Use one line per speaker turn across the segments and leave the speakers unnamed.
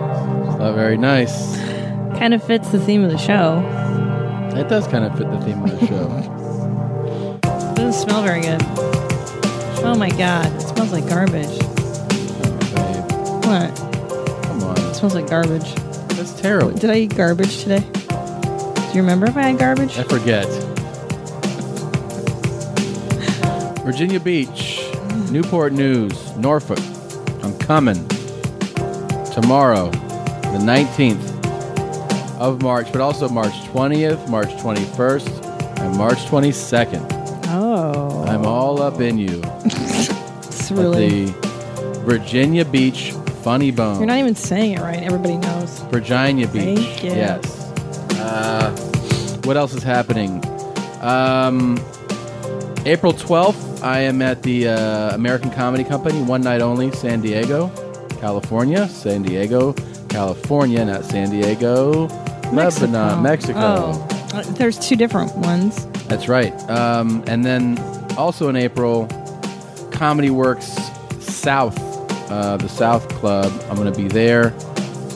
Oh, very nice.
Kind of fits the theme of the show.
It does kind of fit the theme of the show.
Doesn't smell very good. Oh my god, it smells like garbage.
Babe,
What? It
come on.
smells like garbage.
That's terrible.
Did I eat garbage today? Do you remember if I had garbage?
I forget. Virginia Beach, Newport News, Norfolk. I'm coming tomorrow, the 19th of March, but also March 20th, March 21st, and March 22nd.
Oh,
I'm all up in you
it's really.
at the Virginia Beach Funny Bone.
You're not even saying it right. Everybody knows.
Virginia Beach.
Thank you.
Yes. Uh, what else is happening? Um, April 12th, I am at the uh, American Comedy Company, one night only, San Diego, California. San Diego, California, not San Diego, Lebanon, Mexico.
Oh, Uh, there's two different ones.
That's right. Um, and then also in April, Comedy Works South, uh, the South Club. I'm going to be there.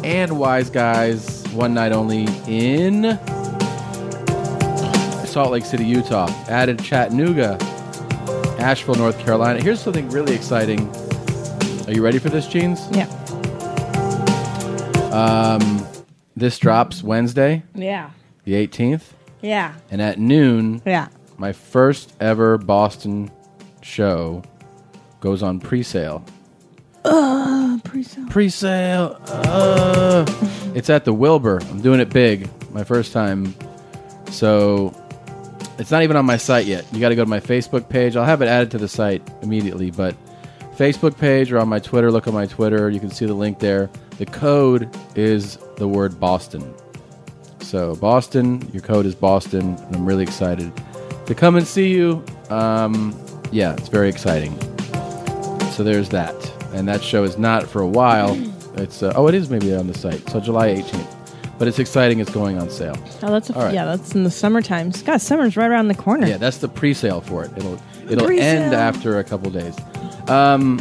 And Wise Guys, one night only in Salt Lake City, Utah. Added Chattanooga, Asheville, North Carolina. Here's something really exciting. Are you ready for this, Jeans?
Yeah.
Um, This drops Wednesday,
Yeah.
the 18th.
Yeah.
And at noon,
Yeah.
My first ever Boston show goes on pre-sale.
Pre-sale.
Pre-sale. Uh. it's at the Wilbur. I'm doing it big. My first time. So it's not even on my site yet. You got to go to my Facebook page. I'll have it added to the site immediately, but Facebook page or on my Twitter, look on my Twitter. You can see the link there. The code is the word Boston. So Boston, your code is Boston, and I'm really excited to come and see you. Um, yeah, it's very exciting. So there's that, and that show is not for a while. It's uh, oh, it is maybe on the site. So July 18th, but it's exciting. It's going on sale.
Oh, that's a,
All right.
yeah. That's in the summertime. Scott, summer's right around the corner.
Yeah, that's the pre-sale for it. It'll it'll
Pre-sale.
end after a couple days. Um,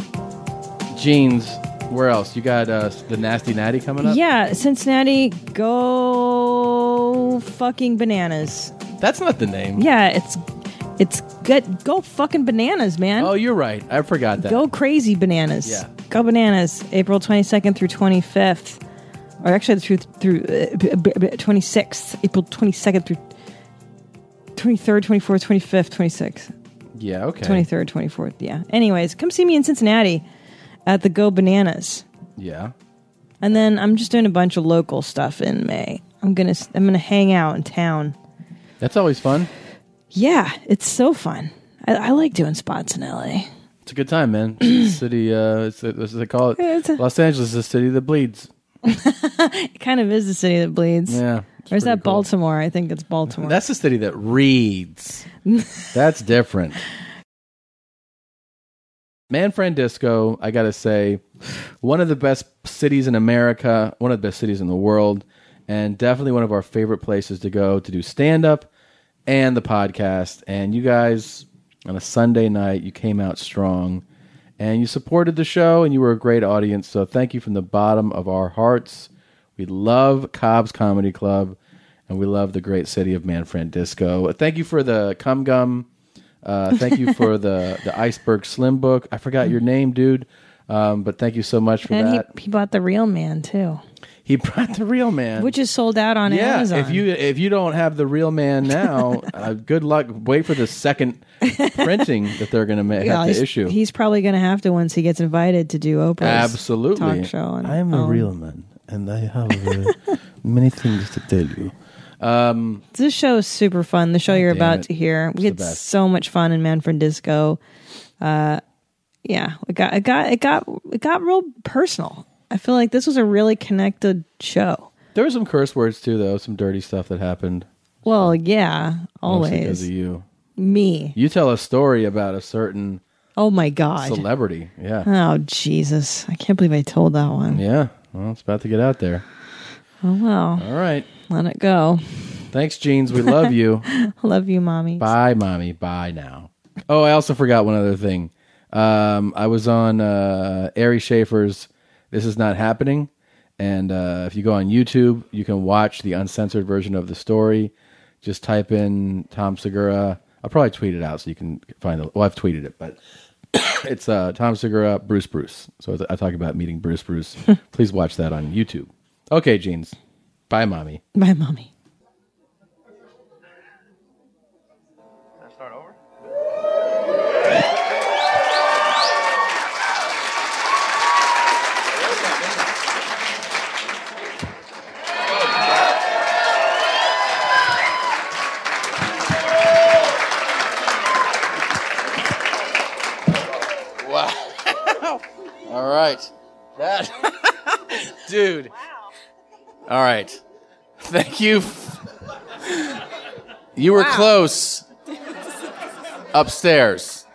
jeans. Where else? You got uh, the nasty natty coming up.
Yeah, Cincinnati, go fucking bananas.
that's not the name.
Yeah, it's it's good. Go fucking bananas, man.
Oh, you're right. I forgot that.
go crazy bananas.
Yeah.
Go bananas. April 22nd through 25th. Or actually through through uh, b- b- b- 26th, April 22nd through 23rd, 24th, 25th, 26th,
Yeah. Okay.
23rd, 24th. Yeah. Anyways, come see me in Cincinnati at the Go Bananas.
Yeah.
And then I'm just doing a bunch of local stuff in May. I'm gonna s- I'm gonna hang out in town.
That's always fun.
Yeah, it's so fun. I, I like doing spots in LA.
It's a good time, man. It's a city, uh, it's a, what they call it.
Yeah, it's a-
Los Angeles is a city that bleeds.
It kind of is the city that bleeds.
Yeah. it's
Or is
pretty
that
cool.
Baltimore? I think it's Baltimore.
That's the city that reads. That's different. Manfred Disco, I gotta say, one of the best cities in America, one of the best cities in the world, and definitely one of our favorite places to go to do stand up and the podcast. And you guys, on a Sunday night, you came out strong and you supported the show and you were a great audience. So thank you from the bottom of our hearts. We love Cobb's Comedy Club and we love the great city of Manfred Disco. Thank you for the Cum Gum. Uh, thank you for the, the Iceberg Slim book. I forgot your name, dude. Um, but thank you so much for
and he,
that.
he bought the real man too,
He brought the real man,
which is sold out on
yeah.
Amazon.
If you if you don't have the real man now, uh, good luck. Wait for the second printing that they're going to make
Yeah,
have
he's,
to issue.
he's probably going to have to once he gets invited to do Oprah's
Absolutely.
talk show. And,
I'm a
um,
real man, and I have uh, many things to tell you.
Um,
This show is super fun. The show you're
damn
about
it.
to hear, we
the
had
best.
so much fun in Manfred Disco. Uh, yeah, it got it got it got it got real personal. I feel like this was a really connected show.
There were some curse words too, though. Some dirty stuff that happened.
Well, yeah,
mostly
always
because of you.
me.
You tell a story about a certain
Oh my god.
celebrity. Yeah,
Oh Jesus! I can't believe I told that one.
yeah. Well, it's about to get out there.
Oh well,
All right.
let it go.
Thanks, jeans. We love you.
Love you, mommy.
Bye, mommy. Bye now. Oh, I also forgot one other thing. Um, I was on uh, Ari Schaefer's "This Is Not Happening," And uh, if you go on YouTube, you can watch the uncensored version of the story. Just type in Tom Segura. I'll probably tweet it out so you can find it. Well, I've tweeted it, but it's uh, Tom Segura, Bruce Bruce. So I talk about meeting Bruce Bruce. Please watch that on YouTube. Okay, Jeans. Bye, mommy.
My mommy.
Start over? Wow. All right. That, dude. All right. Thank you. You were close upstairs.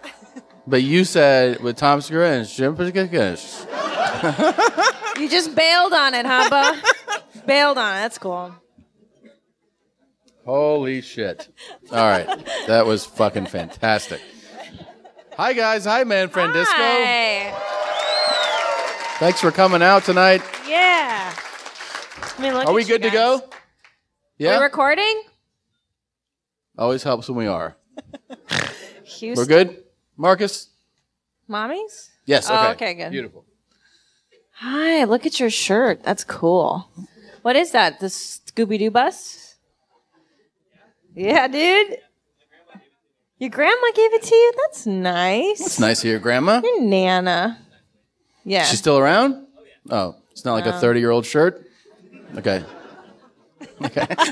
But you said with Tom Segura and Jim Pacificus.
You just bailed on it, huh, Bo? bailed on it. That's cool.
Holy shit. All right. That was fucking fantastic. Hi, guys. Hi, man friend Disco.
Hi.
Thanks for coming out tonight.
Yeah. I mean, look
Are
at
we
you
good to
guys.
go? Yeah.
We're recording?
Always helps when we are.
Houston.
We're good? Marcus?
Mommies?
Yes. Okay.
Oh, okay, good.
Beautiful.
Hi, look at your shirt. That's cool. What is that? The Scooby Doo bus? Yeah, dude. Your grandma gave it to you? That's nice.
It's nice to hear Grandma.
Your Nana. Yeah. Um,
She's still around? Oh, it's not like a 30 year old shirt? Okay.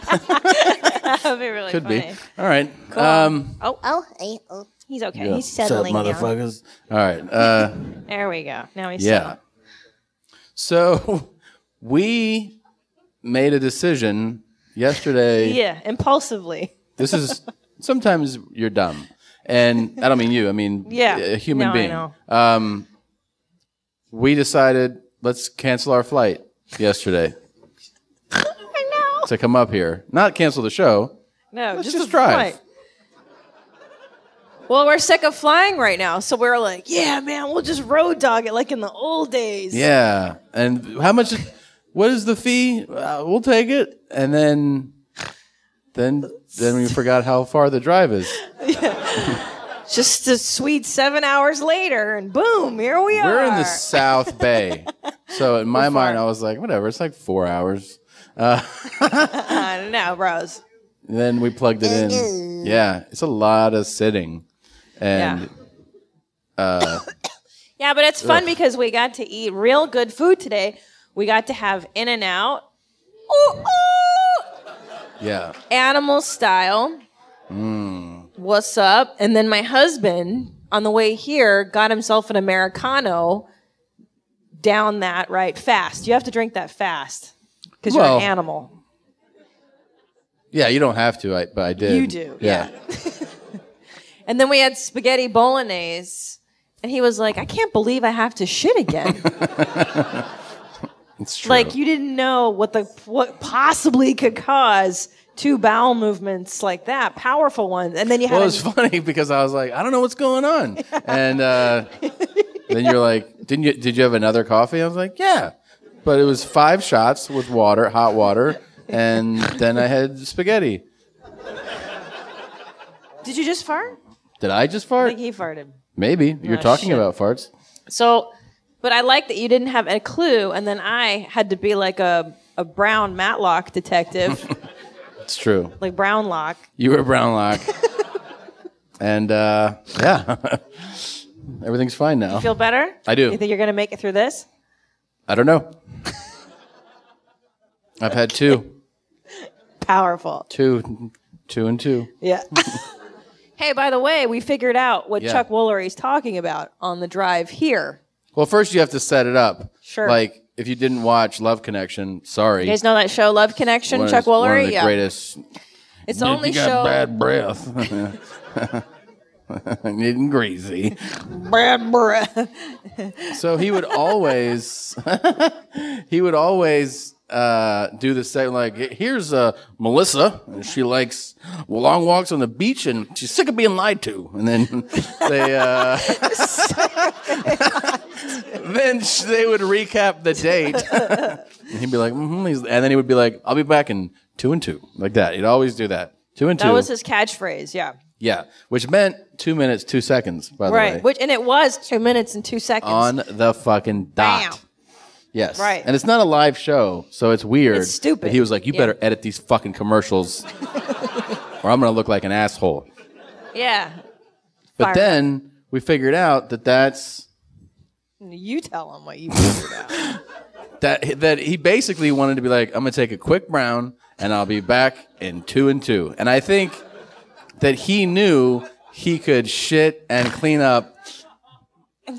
that would be really
Could
funny.
be. All right. Um,
Oh, oh, hey, oh. He's okay. He's settling down.
All right. Uh,
There we go. Now he's
Yeah.
settled.
So we made a decision yesterday.
Yeah, impulsively.
This is sometimes you're dumb. And I don't mean you, I mean
Yeah.
a human
No, I
being.
know.
Um we decided let's cancel our flight yesterday
I know.
to come up here. Not cancel the show.
No,
Let's
just,
just
a
drive.
flight. Well, we're sick of flying right now, so we're like, yeah, man, we'll just road dog it like in the old days.
Yeah. And how much what is the fee? Uh, we'll take it. And then then then we forgot how far the drive is.
Just a sweet seven hours later, and boom, here we are.
We're in the South Bay. So in my mind,
far.
I was like, whatever, it's like four hours. Uh,
I don't know, bros.
And then we plugged it in. Yeah, it's a lot of sitting. And uh,
Yeah. Yeah, but it's fun because we got to eat real good food today. We got to have In and Out, ooh, ooh,
yeah, Hmm.
animal style. What's up? And then my husband, on the way here, got himself an Americano down that right fast. You have to drink that fast because
Well,
you're an animal.
yeah, you don't have to, I, but I did.
You do, And then we had spaghetti bolognese. And he was like, I can't believe I have to shit again.
It's true.
like you didn't know what the what possibly could cause two bowel movements like that, powerful ones. And then you had
well,
a-
it was funny because I was like, I don't know what's going on, and uh, then you're like, didn't you? Did you have another coffee? I was like, yeah, but it was five shots with water, hot water, and then I had spaghetti.
Did you just fart?
Did I just
I
fart?
think he farted.
Maybe you're
Oh,
talking
shit.
about farts.
So, but I like that you didn't have a clue, and then I had to be like a a brown Matlock detective,
It's true.
like brown lock.
You were Brownlock. and uh, yeah, everything's fine now.
Feel better?
I do.
You think you're gonna make it through this?
I don't know. I've had two,
Powerful.
two, two and two.
Yeah. hey, by the way, we figured out what
Yeah.
Chuck Woolery's talking about on the drive here.
Well, first you have to set it up.
Sure.
Like if you didn't watch Love Connection, sorry.
You guys know that show Love Connection,
One of-
Chuck
one
Woolery?
of the greatest.
It's the only
you got
show
bad breath. Needing greasy.
Brad Brad.
So he would always, he would always uh, do the same. Like, here's uh, Melissa, and she likes long walks on the beach, and she's sick of being lied to. And then they, uh, then sh- they would recap the date, and he'd be like, mm-hmm, he's, and then he would be like, I'll be back in two and two, like that. He'd always do that, two and two.
That was his catchphrase. Yeah.
yeah, which meant two minutes, two seconds. By the way,
Right. Which and it was two minutes and two seconds.
on the fucking dot.
Bam.
Yes.
Right.
And it's not a live show, so it's weird.
It's stupid.
But he was like, you
Yeah.
better edit these fucking commercials or I'm going to look like an asshole.
Yeah.
But
Fire.
then we figured out that that's.
You tell him what you figured out.
That, that he basically wanted to be like, I'm gonna take a quick brown and I'll be back in two and two. And I think that he knew he could shit and clean up,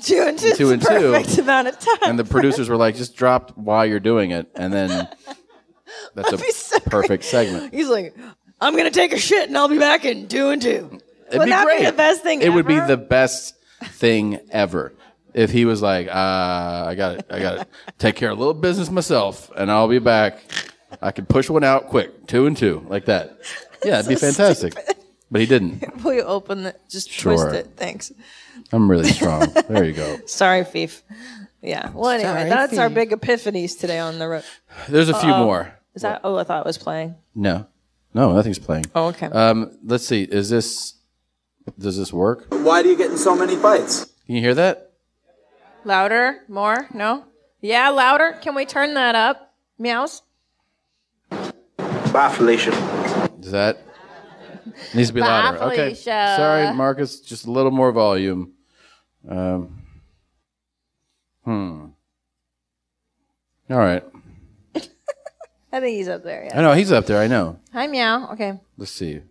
Two and two.
Two
Two and
and two.
perfect amount of time.
and the producers were like, just drop while you're doing it, and then that's a
That'd be so great.
perfect segment.
He's like, I'm gonna take a shit and I'll be back in two and two.
It'd
Wouldn't that be the best thing
It would be
ever?
the best thing ever. If he was like, uh, I got to I got to take care of a little business myself, and I'll be back. I could push one out quick, two and two, like that. Yeah, it'd be fantastic. But he didn't.
Will you open the just
Sure.
twist it? Thanks.
I'm really strong. There you go.
Sorry, Fief. Yeah. Well, anyway,
Sorry,
that's our
Fief.
big epiphanies today on the road.
There's a few more.
Is that? Oh, I thought it was playing.
No, no, nothing's playing.
Oh, okay.
Um, let's see. Is this? Does this work? Can
Why do you get in so many fights?
you hear that?
louder, more? No. Yeah, louder. Can we turn that up? Meows.
Bye, Felicia.
Does that needs to be louder? Okay.
Felicia.
Sorry, Marcus. Just a little more volume. Um, hmm. All right.
I think he's up there. Yeah.
I know he's up there. I know.
Hi, meow. Okay.
Let's see.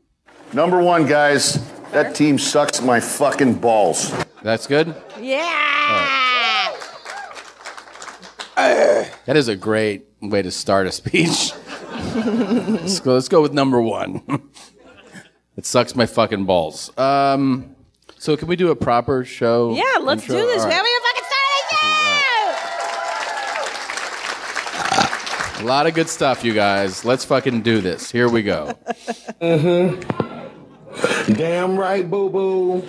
Number one, guys, that team sucks my fucking balls.
That's good.
Yeah.
That is a great way to start a speech. let's go. Let's go with number one. it sucks my fucking balls. Um. So can we do a proper show?
Yeah. Let's
intro?
do this.
All
We
right.
haven't even fucking started yet.
A lot of good stuff, you guys. Let's fucking do this. Here we go.
Mm-hmm. Damn right, boo boo.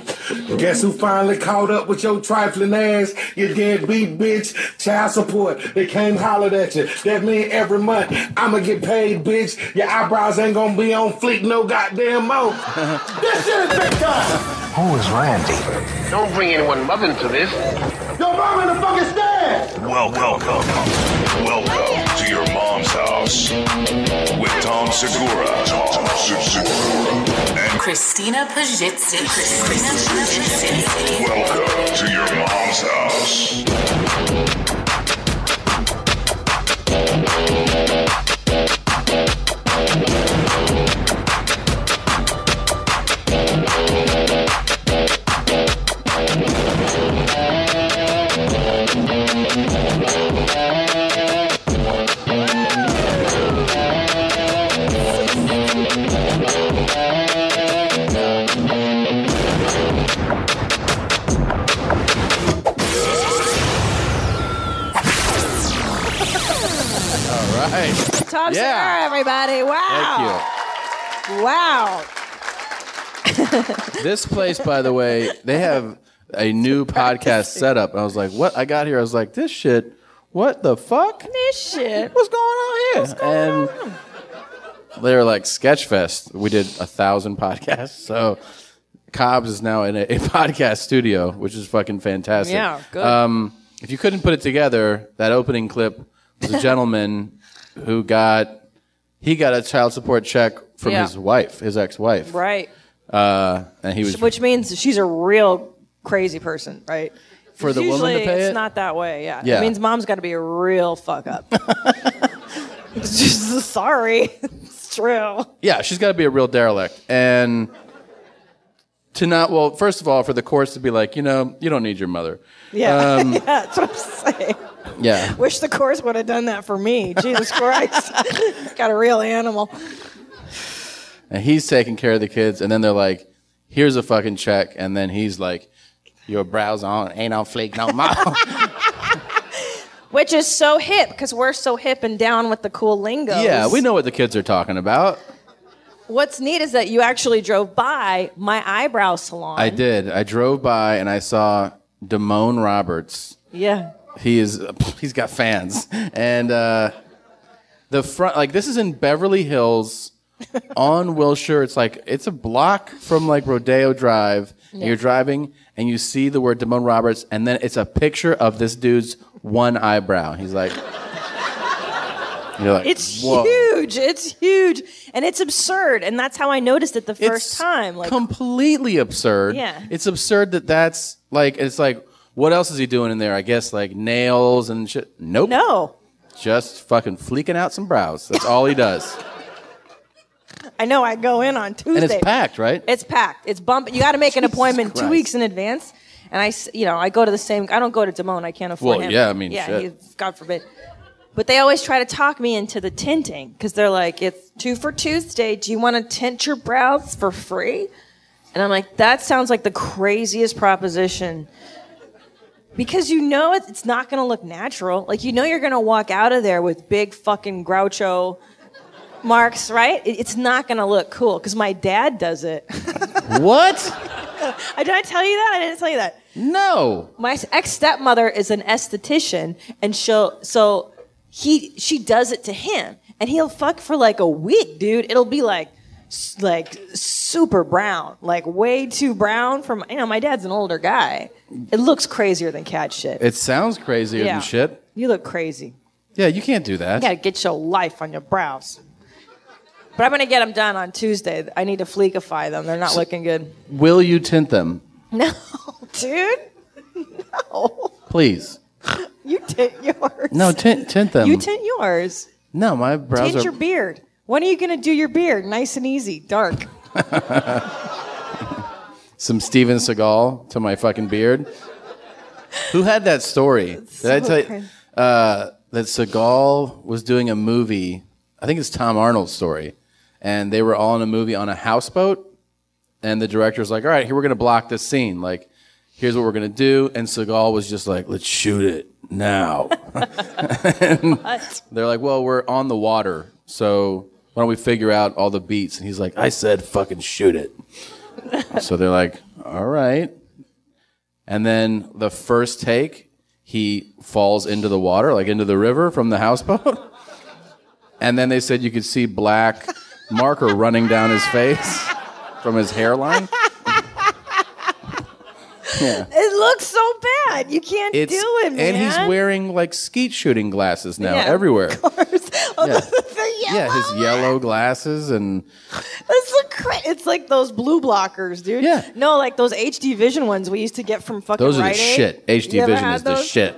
Guess who finally caught up with your trifling ass? You deadbeat bitch. Child support. They came hollered at you. That mean every month I'ma get paid, bitch. Your eyebrows ain't gonna be on fleek no goddamn month. this shit is big time.
Who is Randy?
Don't bring anyone mother into this.
Your mom in the fucking stand.
Welcome. Welcome to your mom's house with Tom Segura. Tom Segura. And
Christina Pajitsin. Christina Pajitsin.
welcome to your mom's house.
All right.
Tom
Yeah.
Segura, everybody. Wow.
Thank
Wow.
you. This place, by the way, they have a new podcast setup. And I was like, what? I got here. I was like, this shit. What the fuck?
This shit.
What's going on here? and they were like Sketchfest. We did a thousand podcasts. So Cobb's is now in a, a podcast studio, which is fucking fantastic.
Yeah, good.
Um, if you couldn't put it together, that opening clip was a gentleman who got he got a child support check from
Yeah.
his wife, his ex-wife.
Right.
Uh, and he was
Which means she's a real crazy person, right?
for the
Usually
woman to pay
it's
it.
not that way. Yeah.
Yeah.
It means mom's got to be a real fuck up. It's just sorry. It's true.
yeah, she's got to be a real derelict. And to not, well, first of all, for the courts to be like, you know, you don't need your mother.
Yeah. yeah. That's what I'm saying.
Um, Yeah.
Wish the course would have done that for me. Jesus Christ. got a real animal.
And he's taking care of the kids. And then they're like, here's a fucking check. And then he's like, your brows on ain't on flake no more.
Which is so hip because we're so hip and down with the cool lingo.
Yeah, we know what the kids are talking about.
What's neat is that you actually drove by my eyebrow salon.
I did. I drove by and I saw Damone Roberts.
yeah.
He is. He's got fans, and uh, the front like this is in Beverly Hills on Wilshire. It's like it's a block from like Rodeo Drive. and
Yeah.
You're driving and you see the word Damone Roberts, and then it's a picture of this dude's one eyebrow. He's like, you're like,
It's
"Whoa."
huge. It's huge. And it's absurd. And that's how I noticed it the first
It's
time. Like,
completely absurd.
Yeah.
It's absurd that that's like it's like what else is he doing in there? I guess like nails and shit. Nope.
No.
Just fucking fleeking out some brows. That's all he does.
I know I go in on Tuesday.
and it's packed, right?
It's packed. It's bump. You got to make an appointment two
Christ.
weeks in advance. And I, s- you know, I go to the same. I don't go to Damone. I can't afford
Well,
him.
yeah, I mean,
yeah,
shit.
he's- God forbid. But they always try to talk me into the tinting because they're like, it's two for Tuesday. Do you want to tint your brows for free? And I'm like, that sounds like the craziest proposition. Because you know it- it's not going to look natural. Like, you know, you're going to walk out of there with big fucking Groucho marks, right? It- It's not going to look cool because my dad does it.
what?
I did I tell you that? I didn't tell you that.
No.
My ex stepmother is an esthetician, and she'll so he she does it to him, and he'll fuck for like a week, dude. It'll be like s- like super brown, like way too brown. From you know, my dad's an older guy. It looks crazier than cat shit.
It sounds crazier
Yeah.
than shit.
You look crazy.
Yeah, you can't do that.
You gotta get your life on your brows. But I'm gonna get them done on Tuesday. I need to fleekify them. They're not
So-
looking good.
Will you tint them?
No, dude. No.
Please.
You tint yours.
No, tint tint them.
You tint yours.
no, my brows
tint
are
your beard. When are you gonna do your beard? Nice and easy, dark.
some Steven Seagal to my fucking beard. Who had that story? Did I
so
tell you
crazy.
uh, that Seagal was doing a movie? I think it's Tom Arnold's story, and they were all in a movie on a houseboat. And the director's like, "All right, here we're gonna block this scene. Like, here's what we're gonna do." And Seagal was just like, "Let's shoot it now."
What?
They're like, "Well, we're on the water, so why don't we figure out all the beats?" And he's like, "I said fucking shoot it." so they're like, "All right." And then the first take, he falls into the water, like into the river from the houseboat. and then they said you could see black marker running down his face from his hairline. yeah.
It looks so bad. You can't
It's,
do it, man.
and he's wearing like skeet shooting glasses now
Yeah, of
everywhere.
Oh,
Yeah.
the yellow.
Yeah, his yellow glasses and
It's, the cra- it's like those blue blockers, dude.
Yeah.
No, like those HD Vision ones we used to get from fucking
those are the
Rite Aid.
shit. HD
You ever
Vision
had
is the
those?
shit.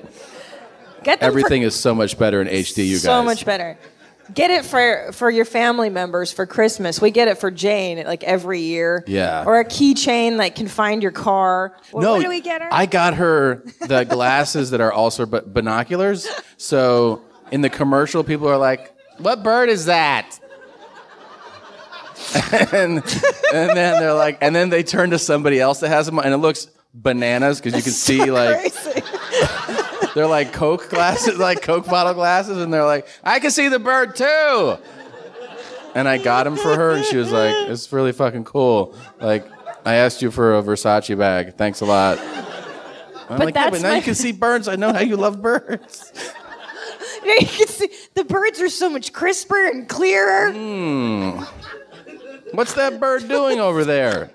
Get them for-
Everything is so much better in HD, you guys.
so much better. Get it for for your family members for Christmas. We get it for Jane like every year.
Yeah.
Or a keychain that can find your car. What,
No,
what do we get her?
I got her the glasses that are also b- binoculars. So in the commercial, people are like, "What bird is that?" and and then they're like, and then they turn to somebody else that has them, and it looks bananas because you can see like
Crazy.
they're like Coke glasses, like Coke bottle glasses, and they're like, "I can see the bird too." And I got them for her, and she was like, "It's really fucking cool." Like, I asked you for a Versace bag. Thanks a lot. I'm
But
like, "Yeah,
that's
but now
my-
you can see birds. I know how you love birds.
Yeah, you can see the birds are so much crisper and clearer.
Hmm. What's that bird doing over there?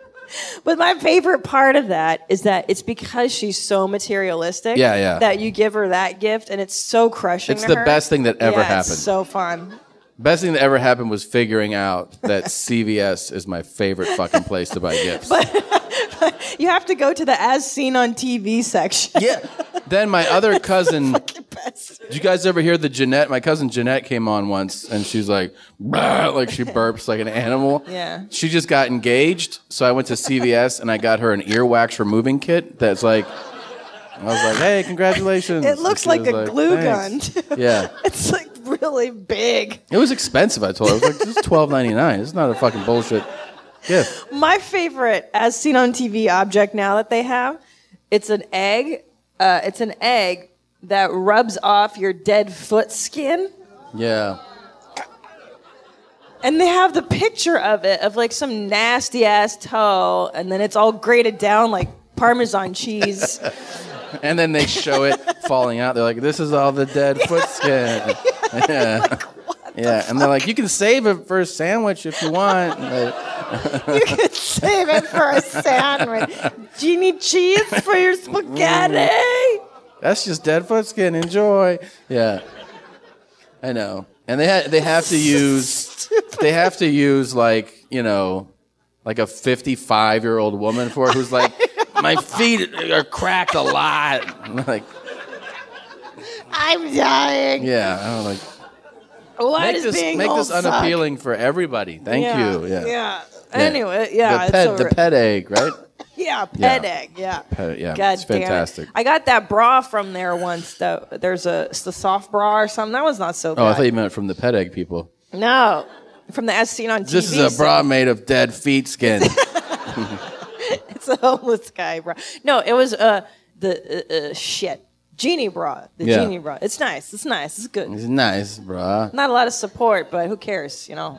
But my favorite part of that is that it's because she's so materialistic.
Yeah, yeah.
That you give her that gift, and it's so crushing.
It's
to
the
her.
best thing that ever
Yeah,
happened.
It's so fun.
Best thing that ever happened was figuring out that CVS is my favorite fucking place to buy gifts.
You have to go to the as seen on TV section.
yeah. Then my other cousin.
Best.
Did you guys ever hear the Jeanette? My cousin Jeanette came on once, and she's like, "Brr," like she burps like an animal.
Yeah.
She just got engaged, so I went to CVS and I got her an earwax removing kit. That's like, I was like, "Hey, congratulations!"
It looks
And
like
she
a
was
glue
"Thanks."
gun. too.
Yeah.
It's like really big.
It was expensive. I told her, I was like, "This is twelve ninety nine. It's not a fucking bullshit gift."
My favorite, as seen on TV, object now that they have, it's an egg. Uh, it's an egg
that rubs off your dead foot skin.
Yeah.
And they have the picture of it of like some nasty ass toe, and then it's all grated down like Parmesan cheese.
and then they show it falling out. They're like, "This is all the dead foot skin." Yeah. yeah, and they're like, "You can save it for a sandwich if you want."
you can save it for a sandwich. Do you need cheese for your spaghetti?
Mm. That's just dead foot skin. Enjoy. Yeah, I know. And they ha- they have to use they have to use like you know like a fifty five year old woman for it who's like my feet are cracked a lot. I'm like
I'm dying.
yeah, I'm like
Why
make
does
this
being
make
old
this
suck?
unappealing for everybody. Thank
Yeah,
you. Yeah.
yeah. Anyway, yeah,
The
it's Oh,
pet,
a
the
re-
pet egg, right? Oh,
Yeah,
Yeah.
pet egg. Yeah.
Pet- yeah,
God
it's
damn it.
fantastic.
I got that bra from there once though. There's a it's the soft bra or something. That was not so bad.
Oh, I thought you meant from the pet egg people.
no. From the as seen on TV.
This is a bra made of dead feet skin.
It's a homeless guy bra. No, it was uh the uh, uh, shit genie bra. The
Yeah.
genie bra. It's nice. It's nice. It's good.
it's nice, bra.
Not a lot of support, but who cares? You know.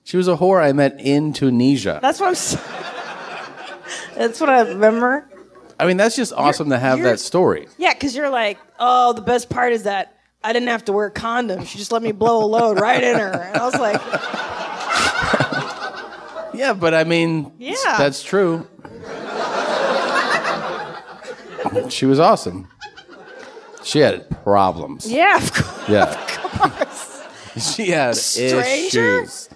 She was a whore I met in Tunisia.
that's what I'm. s- That's what I remember.
I mean, that's just awesome to have that story.
Yeah, because you're like, oh, the best part is that I didn't have to wear condoms. She just let me blow a load right in her, and I was like,
Yeah, but I mean,
Yeah.
that's true. she was awesome. She had problems.
yeah, of course.
Yeah, she had
Stranger?
issues.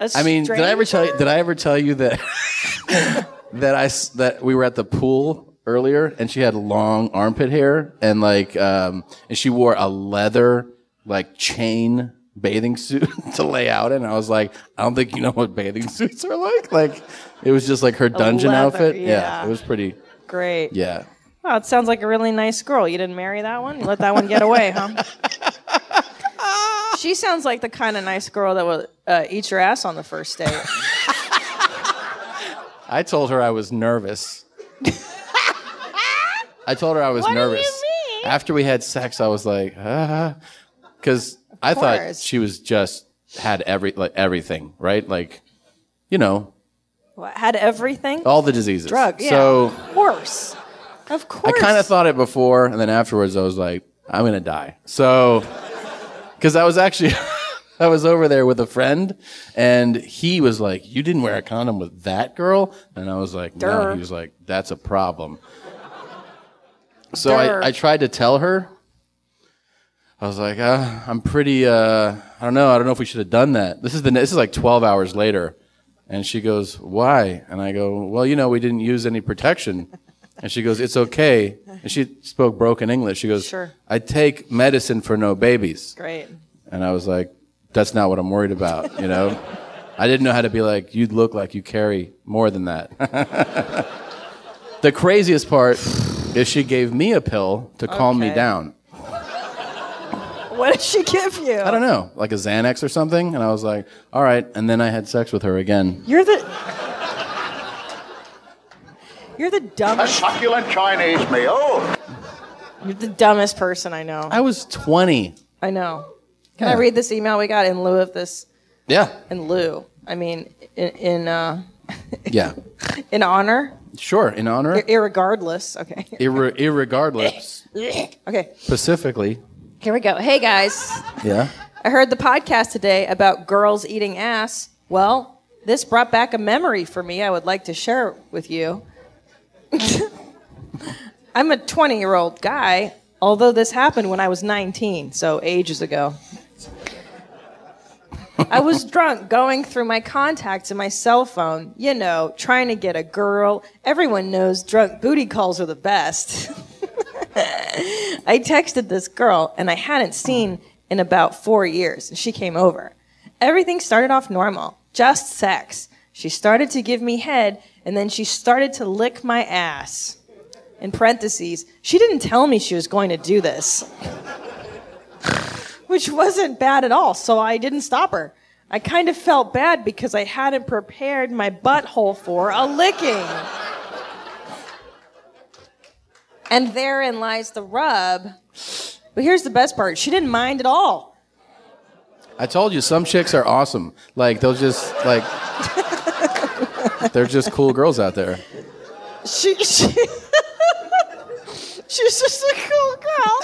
A
I mean, did I ever tell you?
stranger?
Did I ever tell you that that I s- that we were at the pool earlier and she had long armpit hair and like um and she wore a leather like chain bathing suit to lay out in. I was like, I don't think you know what bathing suits are like. Like it was just like her dungeon
leather,
outfit.
yeah.
it was pretty.
Great.
Yeah.
Wow, it sounds like a really nice girl. You didn't marry that one? You let that one get away, huh? she sounds like the kind of nice girl that will uh, eat your ass on the first date.
I told her I was nervous. I told her I was
What do you
nervous. After we had sex, I was like, because I thought
course.
she was just had every like everything right, like you know
What, had everything?
all the diseases.
Drug, yeah.
So
of course. Of
I
course.
kind of thought it before, and then afterwards, I was like, I'm gonna die. So because I was actually. I was over there with a friend, and he was like, "You didn't wear a condom with that girl," and I was like,
Durr.
"No." He was like, "That's a problem." So
Durr.
I, I tried to tell her. I was like, uh, I'm pretty. Uh, I don't know. I don't know if we should have done that. This is the. This is like 12 hours later, and she goes, "Why?" And I go, "Well, you know, we didn't use any protection." And she goes, "It's okay." And she spoke broken English. She goes,
Sure.
"I take medicine for no babies."
Great.
And I was like, that's not what I'm worried about, you know? I didn't know how to be like, you look like you carry more than that. the craziest part if she gave me a pill to calm me
Okay.
down.
What did she give you?
I don't know, like a Xanax or something. And I was like, all right. And then I had sex with her again.
You're the. You're the dumbest.
succulent Chinese meal.
You're the dumbest person I know.
I was 20.
I know. Can I
Yeah.
read this email we got in lieu of this?
Yeah.
In lieu. I mean, in in, uh,
Yeah.
in honor.
Sure. In honor,
Ir- irregardless. Okay.
irre- irregardless,
okay.
specifically.
Here we go. Hey guys.
Yeah.
I heard the podcast today about girls eating ass. Well, this brought back a memory for me I would like to share with you. I'm a 20 year old guy, although this happened when I was 19, so ages ago. I was drunk going through my contacts in my cell phone, you know, trying to get a girl. Everyone knows drunk booty calls are the best. I texted this girl and I hadn't seen in about four years, and she came over. Everything started off normal, just sex. She started to give me head, and then she started to lick my ass. In parentheses, she didn't tell me she was going to do this, which wasn't bad at all, so I didn't stop her. I kind of felt bad because I hadn't prepared my butthole for a licking. And therein lies the rub. But here's the best part she didn't mind at all.
I told you, some chicks are awesome. Like, they'll just, like, they're just cool girls out there.
She, she, she's just a cool girl.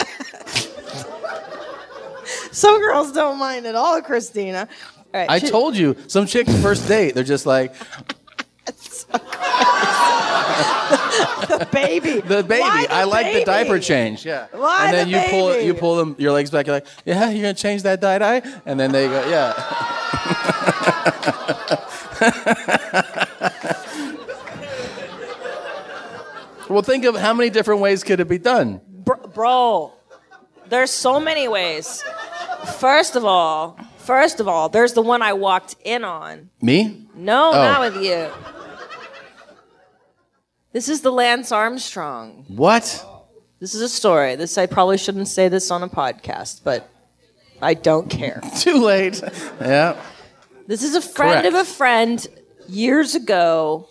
Some girls don't mind at all, Christina. All right,
I
she-
told you, some chicks first date, they're just like,
the baby.
the baby.
Why the
I like the
baby?
diaper change. Yeah.
Why
and then
the
you pull
baby?
you pull them your legs back. You're like, yeah, you're gonna change that dye dye. And then they go, yeah. well, think of how many different ways could it be done.
Br- bro, there's so many ways. First of all, first of all, there's the one I walked in on.
Me?
No,
Oh.
not with you. This is the Lance Armstrong.
What?
This is a story. This I probably shouldn't say this on a podcast, but I don't care.
Too late. Yeah.
This is a friend of a friend years ago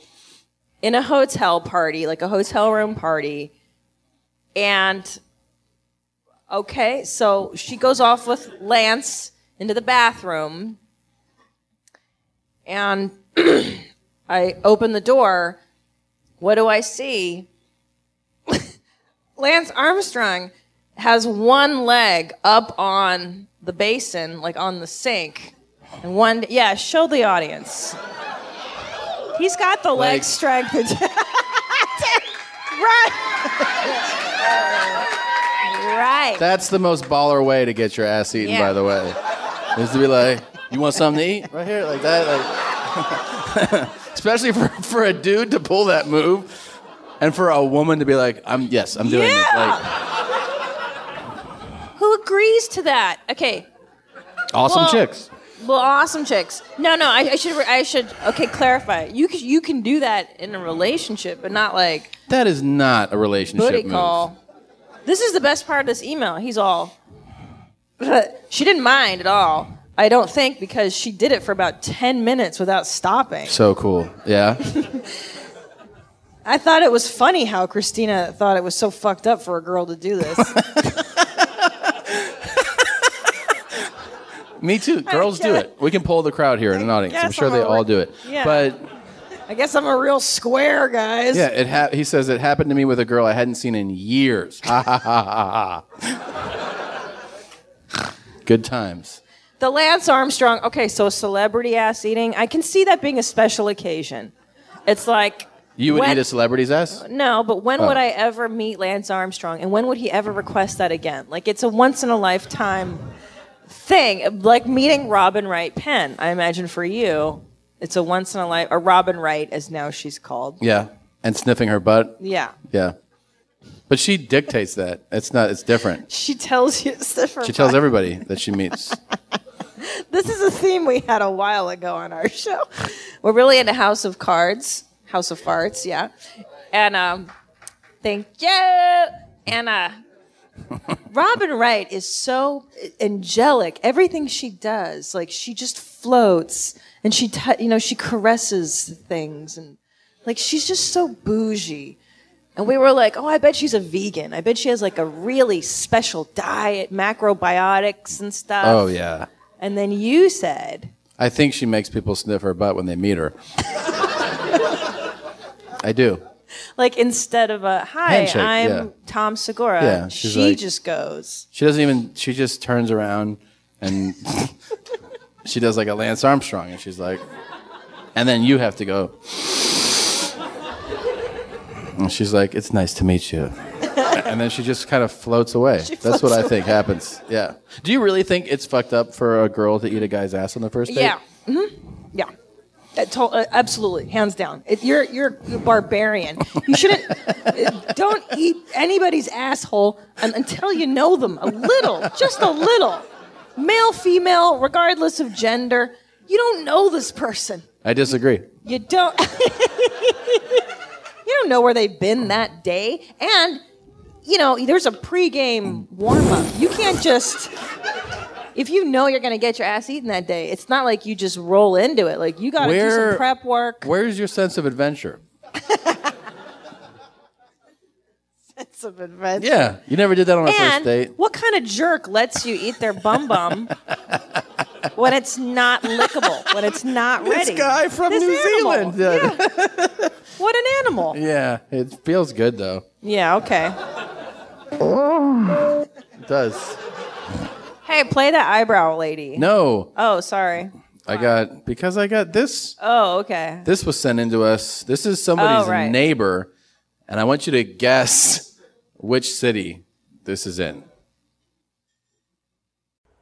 in a hotel party, like a hotel room party. And okay, so she goes off with Lance into the bathroom. And I open the door. What do I see? Lance Armstrong has one leg up on the basin, like on the sink. And one, yeah, show the audience. He's got the leg
Like-
strength. right. right.
That's the most baller way to get your ass eaten,
Yeah.
by the way. Is to be like, you want something to eat? Right here, like that. Like especially for, for a dude to pull that move. And for a woman to be like, I'm yes, I'm doing this. Like
Who agrees to that? Okay.
awesome
Well-
chicks.
Well, awesome chicks. No, no, I, I should, I should. Okay, clarify. You can, you can do that in a relationship, but not like
That is not a relationship
booty
move.
call. This is the best part of this email. He's all. she didn't mind at all. I don't think because she did it for about ten minutes without stopping.
So cool. Yeah.
I thought it was funny how Christina thought it was so fucked up for a girl to do this.
Me too. Girls do it. We can pull the crowd here in an audience. I'm
guess
sure
I'm
they
a
all
re-
do it.
Yeah.
But
I guess I'm a real square, guys.
yeah, it ha- he says it happened to me with a girl I hadn't seen in years. Ha ha ha ha ha. Good times.
The Lance Armstrong. Okay, so celebrity ass eating. I can see that being a special occasion. It's like
You would
when-
eat a celebrity's ass?
Uh, No, but when would
Oh.
I ever meet Lance Armstrong, and when would he ever request that again? Like it's a once in a lifetime thing, like meeting Robin Wright Penn. I imagine for you, it's a once in a life. Or Robin Wright, as now she's called.
Yeah. And sniffing her butt?
Yeah,
Yeah. But she dictates that. It's not it's different.
she tells you.
She tells everybody that she meets.
This is a theme we had a while ago on our show. We're really into House of Cards, House of Farts, yeah. And um, Thank you, Anna. Robin Wright is so angelic. Everything she does, like she just floats and she, t- you know, she caresses things and like she's just so bougie. And we were like, oh, I bet she's a vegan. I bet she has like a really special diet, macrobiotics and stuff.
Oh yeah.
And then you said,
I think she makes people sniff her butt when they meet her. I do.
like, instead of a hi,
Handshake,
I'm
yeah.
Tom Segura,
Yeah, she's
she
like-
just goes,
She doesn't even. She just turns around and she does like a Lance Armstrong, and she's like, and then you have to go. And she's like, "It's nice to meet you," and then she just kind of floats away.
She
That's what
floats
I think
away.
happens. Yeah. Do you really think it's fucked up for a girl to eat a guy's ass on the first date?
yeah, hmm yeah. Uh, to- uh, absolutely, hands down. It, you're you're a barbarian. You shouldn't uh, don't eat anybody's asshole un- until you know them a little, just a little. Male, female, regardless of gender, you don't know this person.
I disagree.
You don't. you don't know where they've been that day, and you know there's a pregame warm up. You can't just. If you know you're gonna get your ass eaten that day, it's not like you just roll into it. Like you gotta do
Where-
some prep work.
Where's your sense of adventure?
Some adventure.
Yeah, you never did that on a first
And
date.
what kind of jerk lets you eat their bum bum when it's not lickable, when it's not
This
ready?
guy from
This
New
animal.
Zealand. did.
What an animal.
Yeah, it feels good though.
Yeah, okay.
It does.
Hey, play that eyebrow lady.
No,
Oh, sorry.
I got because I got this.
Oh, okay.
This was sent in to us. This is somebody's
Oh, right.
neighbor, and I want you to guess which city this is in.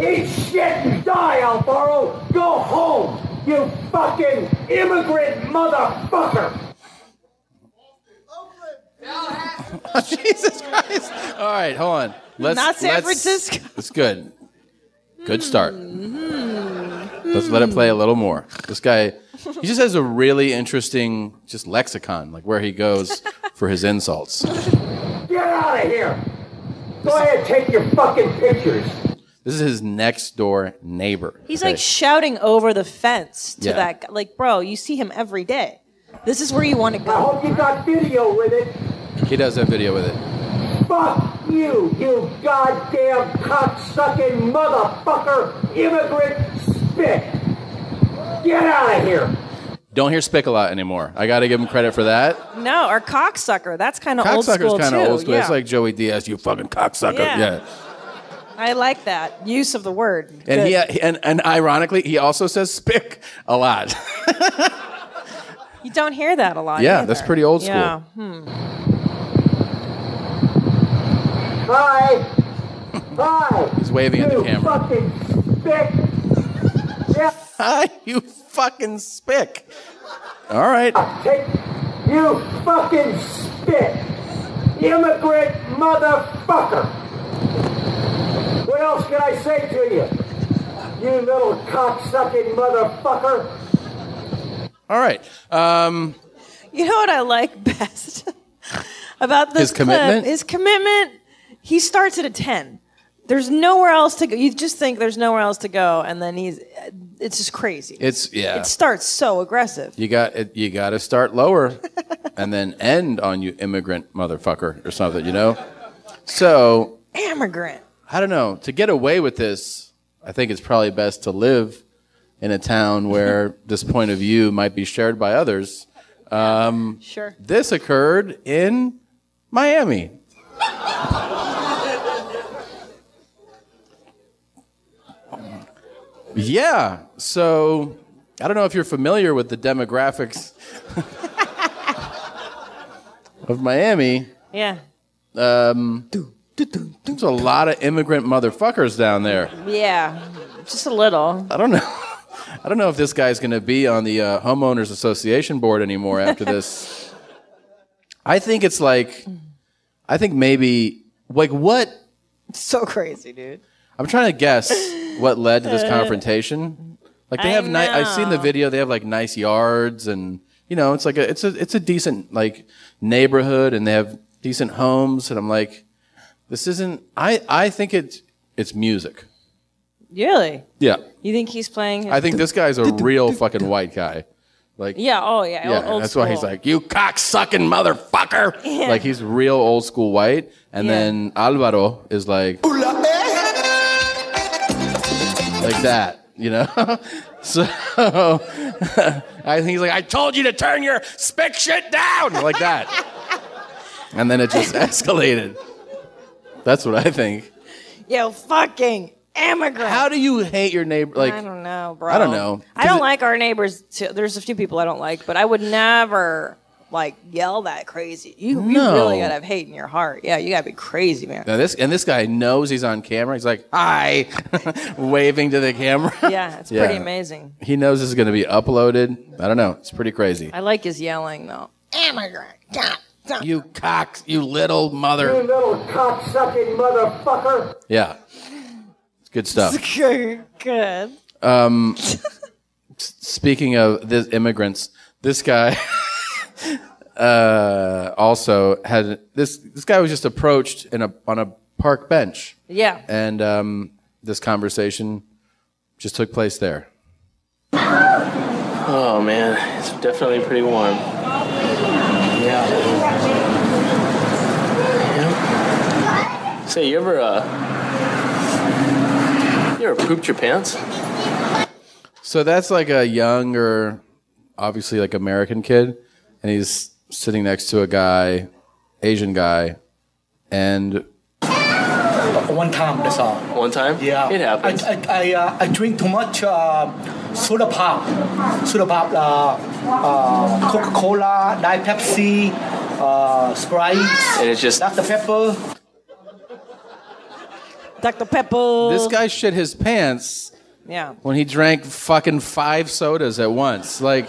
Eat shit and die, Alvaro! Go home, you fucking immigrant motherfucker!
Jesus Christ! All right, hold on. Let's
Not San
let's-
Francisco.
It's good. Good start.
Hmm.
Let's let it play a little more. This guy, he just has a really interesting just lexicon, like where he goes for his insults.
Get out of here! Go ahead, take your fucking pictures.
This is his next door neighbor.
He's
okay?
like shouting over the fence to
Yeah.
that guy. Like, bro, you see him every day. This is where you want to go. I hope
you got video with it.
he does that video with it.
Fuck you, you goddamn cocksucking motherfucker immigrant spit! Get out of here.
Don't hear spick a lot anymore. I got to give him credit for that.
No, or cocksucker. That's kind of old
Cocksucker's
school
kind
too.
of old school.
Yeah.
It's like Joey Diaz, you fucking cocksucker.
Yeah.
Yeah.
I like that use of the word.
And
Good.
he and, and ironically, he also says spick a lot.
you don't hear that a lot.
Yeah,
either.
that's pretty old school.
Yeah. Hmm.
Hi.
Hmm.
Hi.
He's waving at the camera.
Fucking spick. Yeah.
Hi, you fucking spick. All right.
Take you fucking spit. Immigrant motherfucker. What else can I say to you? You little cocksucking motherfucker.
All right. Um,
You know what I like best about this
His commitment?
clip? His commitment. He starts it at ten. There's nowhere else to go. You just think there's nowhere else to go, and then he's. It's just crazy.
it's yeah.
It starts so aggressive.
you got it, you got to start lower, and then end on you immigrant motherfucker or something. You know. So
Immigrant.
I don't know. To get away with this, I think it's probably best to live in a town where this point of view might be shared by others. Um,
sure.
This occurred in Miami. yeah. So I don't know if you're familiar with the demographics of Miami.
Yeah.
Um, there's a lot of immigrant motherfuckers down there.
Yeah. Just a little.
I don't know. I don't know if this guy's going to be on the uh, homeowners association board anymore after this. I think it's like, I think maybe like what
So crazy, dude.
I'm trying to guess what led to this confrontation. Like they
I
have, ni- I've seen the
know.
video. They have like nice yards, and you know, it's like a, it's a, it's a decent like neighborhood, and they have decent homes. And I'm like, this isn't. I, I think it's, it's music.
Really?
Yeah,
You think he's playing? his-
I think this guy's a real fucking white guy. Like,
Yeah. Oh yeah.
yeah,
old, old
that's why he's
school.
like, you cocksucking motherfucker.
Yeah.
Like he's real old school white. And
Yeah.
then Alvaro is like, like that, you know? so I think he's like, I told you to turn your spick shit down, like that. and then it just escalated. That's what I think.
Yo, fucking immigrant.
How do you hate your neighbor? Like,
I don't know, bro.
I don't know.
I don't like our neighbors. Too. There's a few people I don't like, but I would never like yell that crazy. You, you
No.
really gotta have hate in your heart. Yeah, you gotta be crazy, man.
Now this and this guy knows he's on camera. He's like, "Hi," waving to the camera.
Yeah, it's pretty
Yeah.
amazing.
He knows this is going to be uploaded. I don't know. It's pretty crazy.
I like his yelling though. Immigrant. God, God.
You cock, you little
You
mother.
little cocksucking motherfucker.
Yeah, it's good stuff.
Good. Good.
Um, s- speaking of this immigrants, this guy uh, also had this. This guy was just approached in a on a park bench,
Yeah.
and um, this conversation just took place there.
Oh man, it's definitely pretty warm. Yeah. yeah. Say, you ever uh, you ever pooped your pants?
So that's like a younger, obviously like American kid, and he's sitting next to a guy, Asian guy, and
One time, that's all.
One time?
Yeah.
It happens.
I, I, I, uh, I drink too much uh, soda pop. Soda pop, uh, uh, Coca Cola, Diet Pepsi, uh, Sprite.
And it's just-
Dr. Pepper.
Dr. Pepper.
this guy shit his pants
Yeah.
when he drank fucking five sodas at once. Like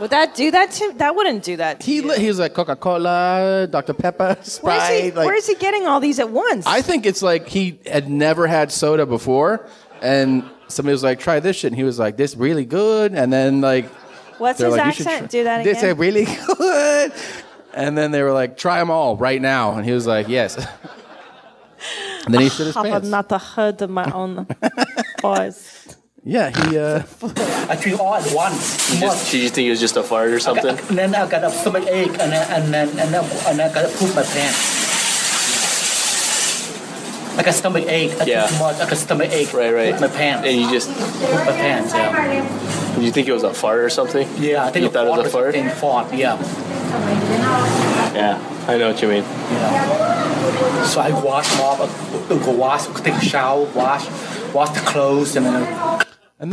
Would that do that to? That wouldn't do that. To
he
you.
li- he was like Coca Cola, Dr Pepper, Sprite.
Where's he,
like,
where's he getting all these at once?
I think it's like he had never had soda before, and somebody was like, "Try this shit," and he was like, "This really good," and then like.
What's
they're
his
like, "You should
accent?
try-
Do that again.
This is really good. And then they were like, try them all right now. And he was like, yes. and then he shit his
Have
pants.
not heard of my own voice.
Yeah, he. Uh,
I drink all at once.
You just, did you think it was just a fart or something?
And then I got a stomach ache and then, and then, and then, and then I got to poop my pants. I got stomach ache. I
Yeah.
drink too much. I got stomach ache.
Right, right.
Poop my pants.
And you just
Poop my pants, yeah.
Did you think it was a fart or something?
Yeah, I think
you
a
thought it was a
fart or
fart.
something, fart, yeah.
Yeah, I know what you mean.
So I wash them off, uh, go wash, take a shower, wash, wash the clothes, and then.
And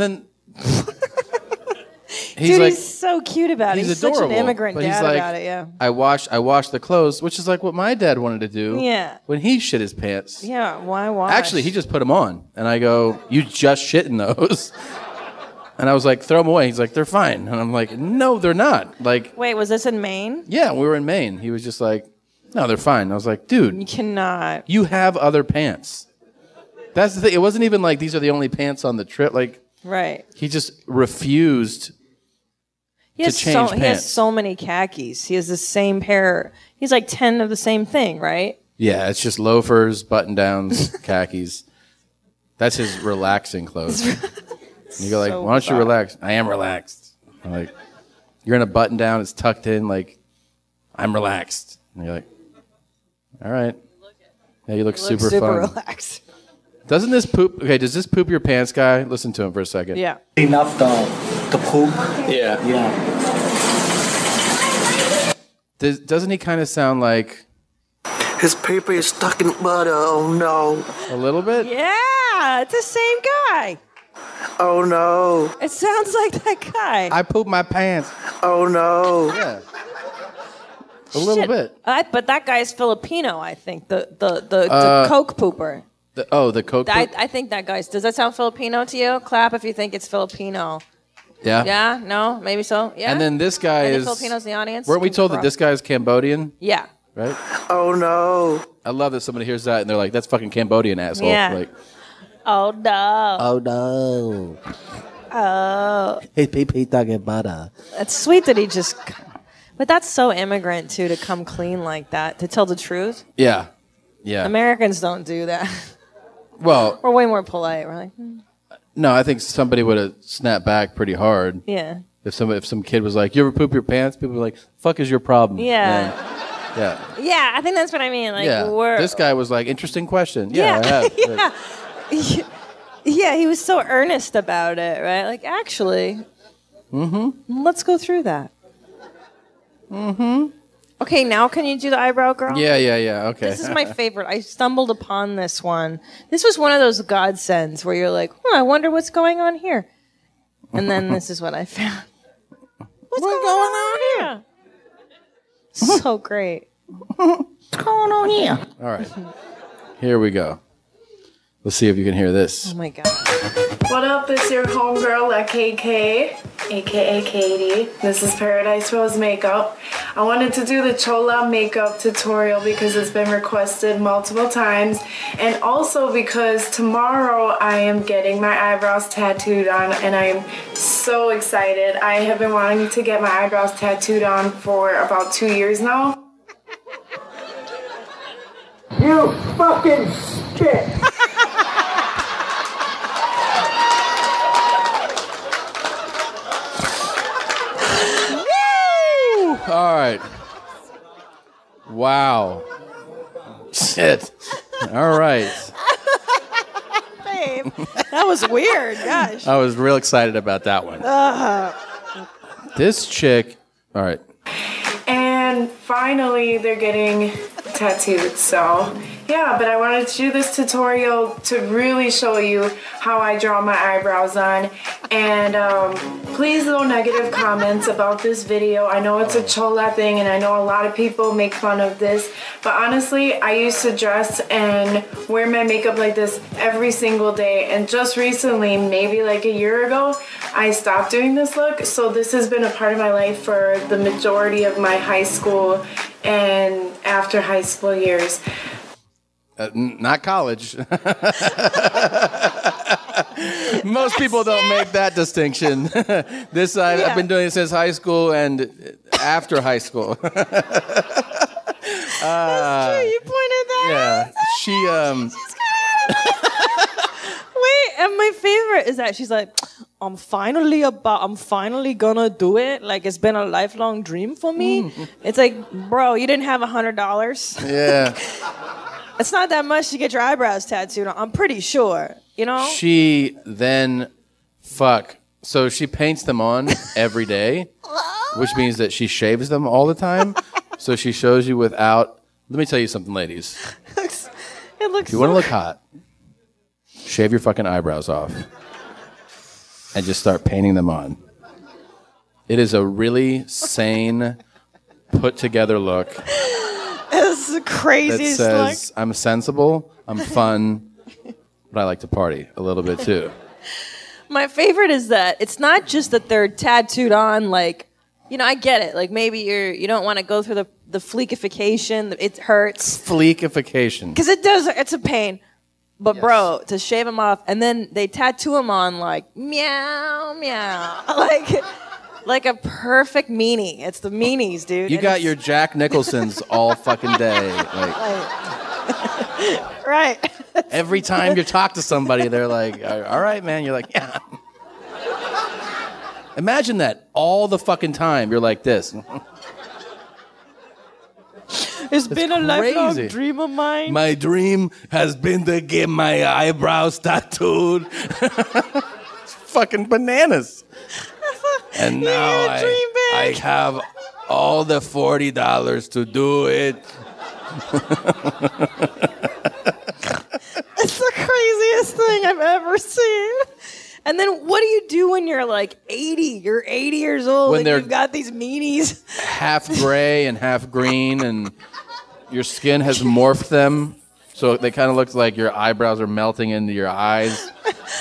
then.
Dude,
He's like,
he's so cute about it.
he's
He's
adorable.
such an immigrant
but
dad
he's like,
about it. Yeah.
I wash, I wash the clothes, which is like what my dad wanted to do.
Yeah.
When he shit his pants.
Yeah. Why? Why?
Actually, he just put them on, and I go, "You just shitting those." And I was like, "Throw them away." He's like, "They're fine," and I'm like, "No, they're not." Like,
Wait, was this in Maine?
yeah, we were in Maine. He was just like, "No, they're fine." And I was like,
You
"Dude,
cannot.
you have other pants." That's the thing. It wasn't even like these are the only pants on the trip. Like,
Right.
he just refused.
He has,
change
so, he
pants.
has so many khakis. He has the same pair. He's like 10 of the same thing, right?
Yeah, it's just loafers, button downs, khakis. That's his relaxing clothes. And you go like,
So
why don't you
bizarre.
relax? I am relaxed. I'm like, you're in a button down, it's tucked in, like, I'm relaxed. And you're like, all right. Yeah, you look
He looks
super,
super
fun.
relaxed.
Doesn't this poop? Okay, does this poop your pants, guy? Listen to him for a second.
Yeah.
Clean up the, the poop.
Yeah.
Yeah.
Does, doesn't he kind of sound like
His paper is stuck in butter. Oh no.
a little bit?
Yeah, it's the same guy.
Oh no.
It sounds like that guy.
I pooped my pants.
Oh no.
Yeah. A little
Shit.
bit.
I, but that guy's Filipino, I think. The the the, the
Uh,
Coke pooper.
The, oh, the coke.
I,
poop?
I think that guy's. Does that sound Filipino to you? Clap if you think it's Filipino.
yeah.
Yeah. No. Maybe so. Yeah.
And then this guy
Any
is.
Filipinos in the audience?
Weren't we told that this guy is Cambodian?
Yeah.
Right.
Oh no.
I love that somebody hears that and they're like, "That's fucking Cambodian asshole."
Yeah.
Like,
Oh no.
Oh no.
Oh.
Hey, people talking butter.
That's sweet that he just. But that's so immigrant too to come clean like that to tell the truth.
yeah, yeah. Oh.
Americans don't do that.
well,
We're way more polite. We're like, "Hmm,
no, I think somebody would have snapped back pretty hard
yeah,
if some if some kid was like, "You ever poop your pants?" People were like, "Fuck is your problem?"
Yeah.
Yeah. Yeah.
yeah. I think that's what I mean. Like,
yeah.
we're
This guy was like, "Interesting question." Yeah. I
yeah,
have. Like,
yeah. yeah, He was so earnest about it, right? Like, actually,
mm-hmm.
let's go through that. Mm-hmm. Okay, now can you do the eyebrow girl?
Yeah. Yeah. Yeah. Okay.
This is my favorite. I stumbled upon this one. This was one of those godsends where you're like, hmm, I wonder what's going on here. And then this is what I found. What's, going, on, here? so great. what's going on here?
All right. Here we go. Let's see if you can hear this.
Oh my god.
What up? It's your homegirl at KK, aka Katie. This is Paradise Rose Makeup. I wanted to do the Chola makeup tutorial because it's been requested multiple times, and also because tomorrow I am getting my eyebrows tattooed on, and I am so excited. I have been wanting to get my eyebrows tattooed on for about two years now.
You fucking spit.
Woo! All right. Wow. Shit. All right.
Babe, that was weird. Gosh.
I was real excited about that one.
Ugh.
This chick. All right.
And finally, they're getting tattooed. So, yeah, but I wanted to do this tutorial to really show you how I draw my eyebrows on. And um, please, no negative comments about this video. I know it's a chola thing, and I know a lot of people make fun of this. But honestly, I used to dress and wear my makeup like this every single day. And just recently, maybe like a year ago, I stopped doing this look. So this has been a part of my life for the majority of my high school and after high school years.
Uh, n- not college. Most people don't make that distinction. this side, I've been doing it since high school and after high school. Uh,
you pointed that out.
yeah. She um.
Wait, and my favorite is that she's like, I'm finally about, I'm finally gonna do it. Like it's been a lifelong dream for me. It's like, bro, you didn't have a hundred dollars.
Yeah.
It's not that much to get your eyebrows tattooed on. I'm pretty sure. You know?
She then fuck So she paints them on every day, which means that she shaves them all the time. so she shows you without. Let me tell you something, ladies.
It looks.
If you want to look hot, shave your fucking eyebrows off and just start painting them on. It is a really sane, put together look
This is the
that
craziest look.
says, I'm sensible, I'm fun, but I like to party a little bit too.
My favorite is that it's not just that they're tattooed on. Like, you know, I get it. Like, maybe you're you don't want to go through the the fleekification. It hurts
Fleekification.
because it does. It's a pain. But bro, to shave them off and then they tattoo them on like meow meow, like like a perfect meanie. It's the meanies, dude.
You
And
got
it's-
your Jack Nicholson's all fucking day. Like,
right.
every time you talk to somebody, they're like, all right, man. You're like, yeah. Imagine that all the fucking time. You're like this.
it's been a lifelong
crazy.
dream of mine.
My dream has been to get my eyebrows tattooed. it's fucking bananas. And now I, I have all the forty dollars to do it.
It's the craziest thing I've ever seen. And then what do you do when you're like 80? You're 80 years old
When
and
they're-
you've got these meanies.
half gray and half green, and your skin has morphed them, so they kind of look like your eyebrows are melting into your eyes.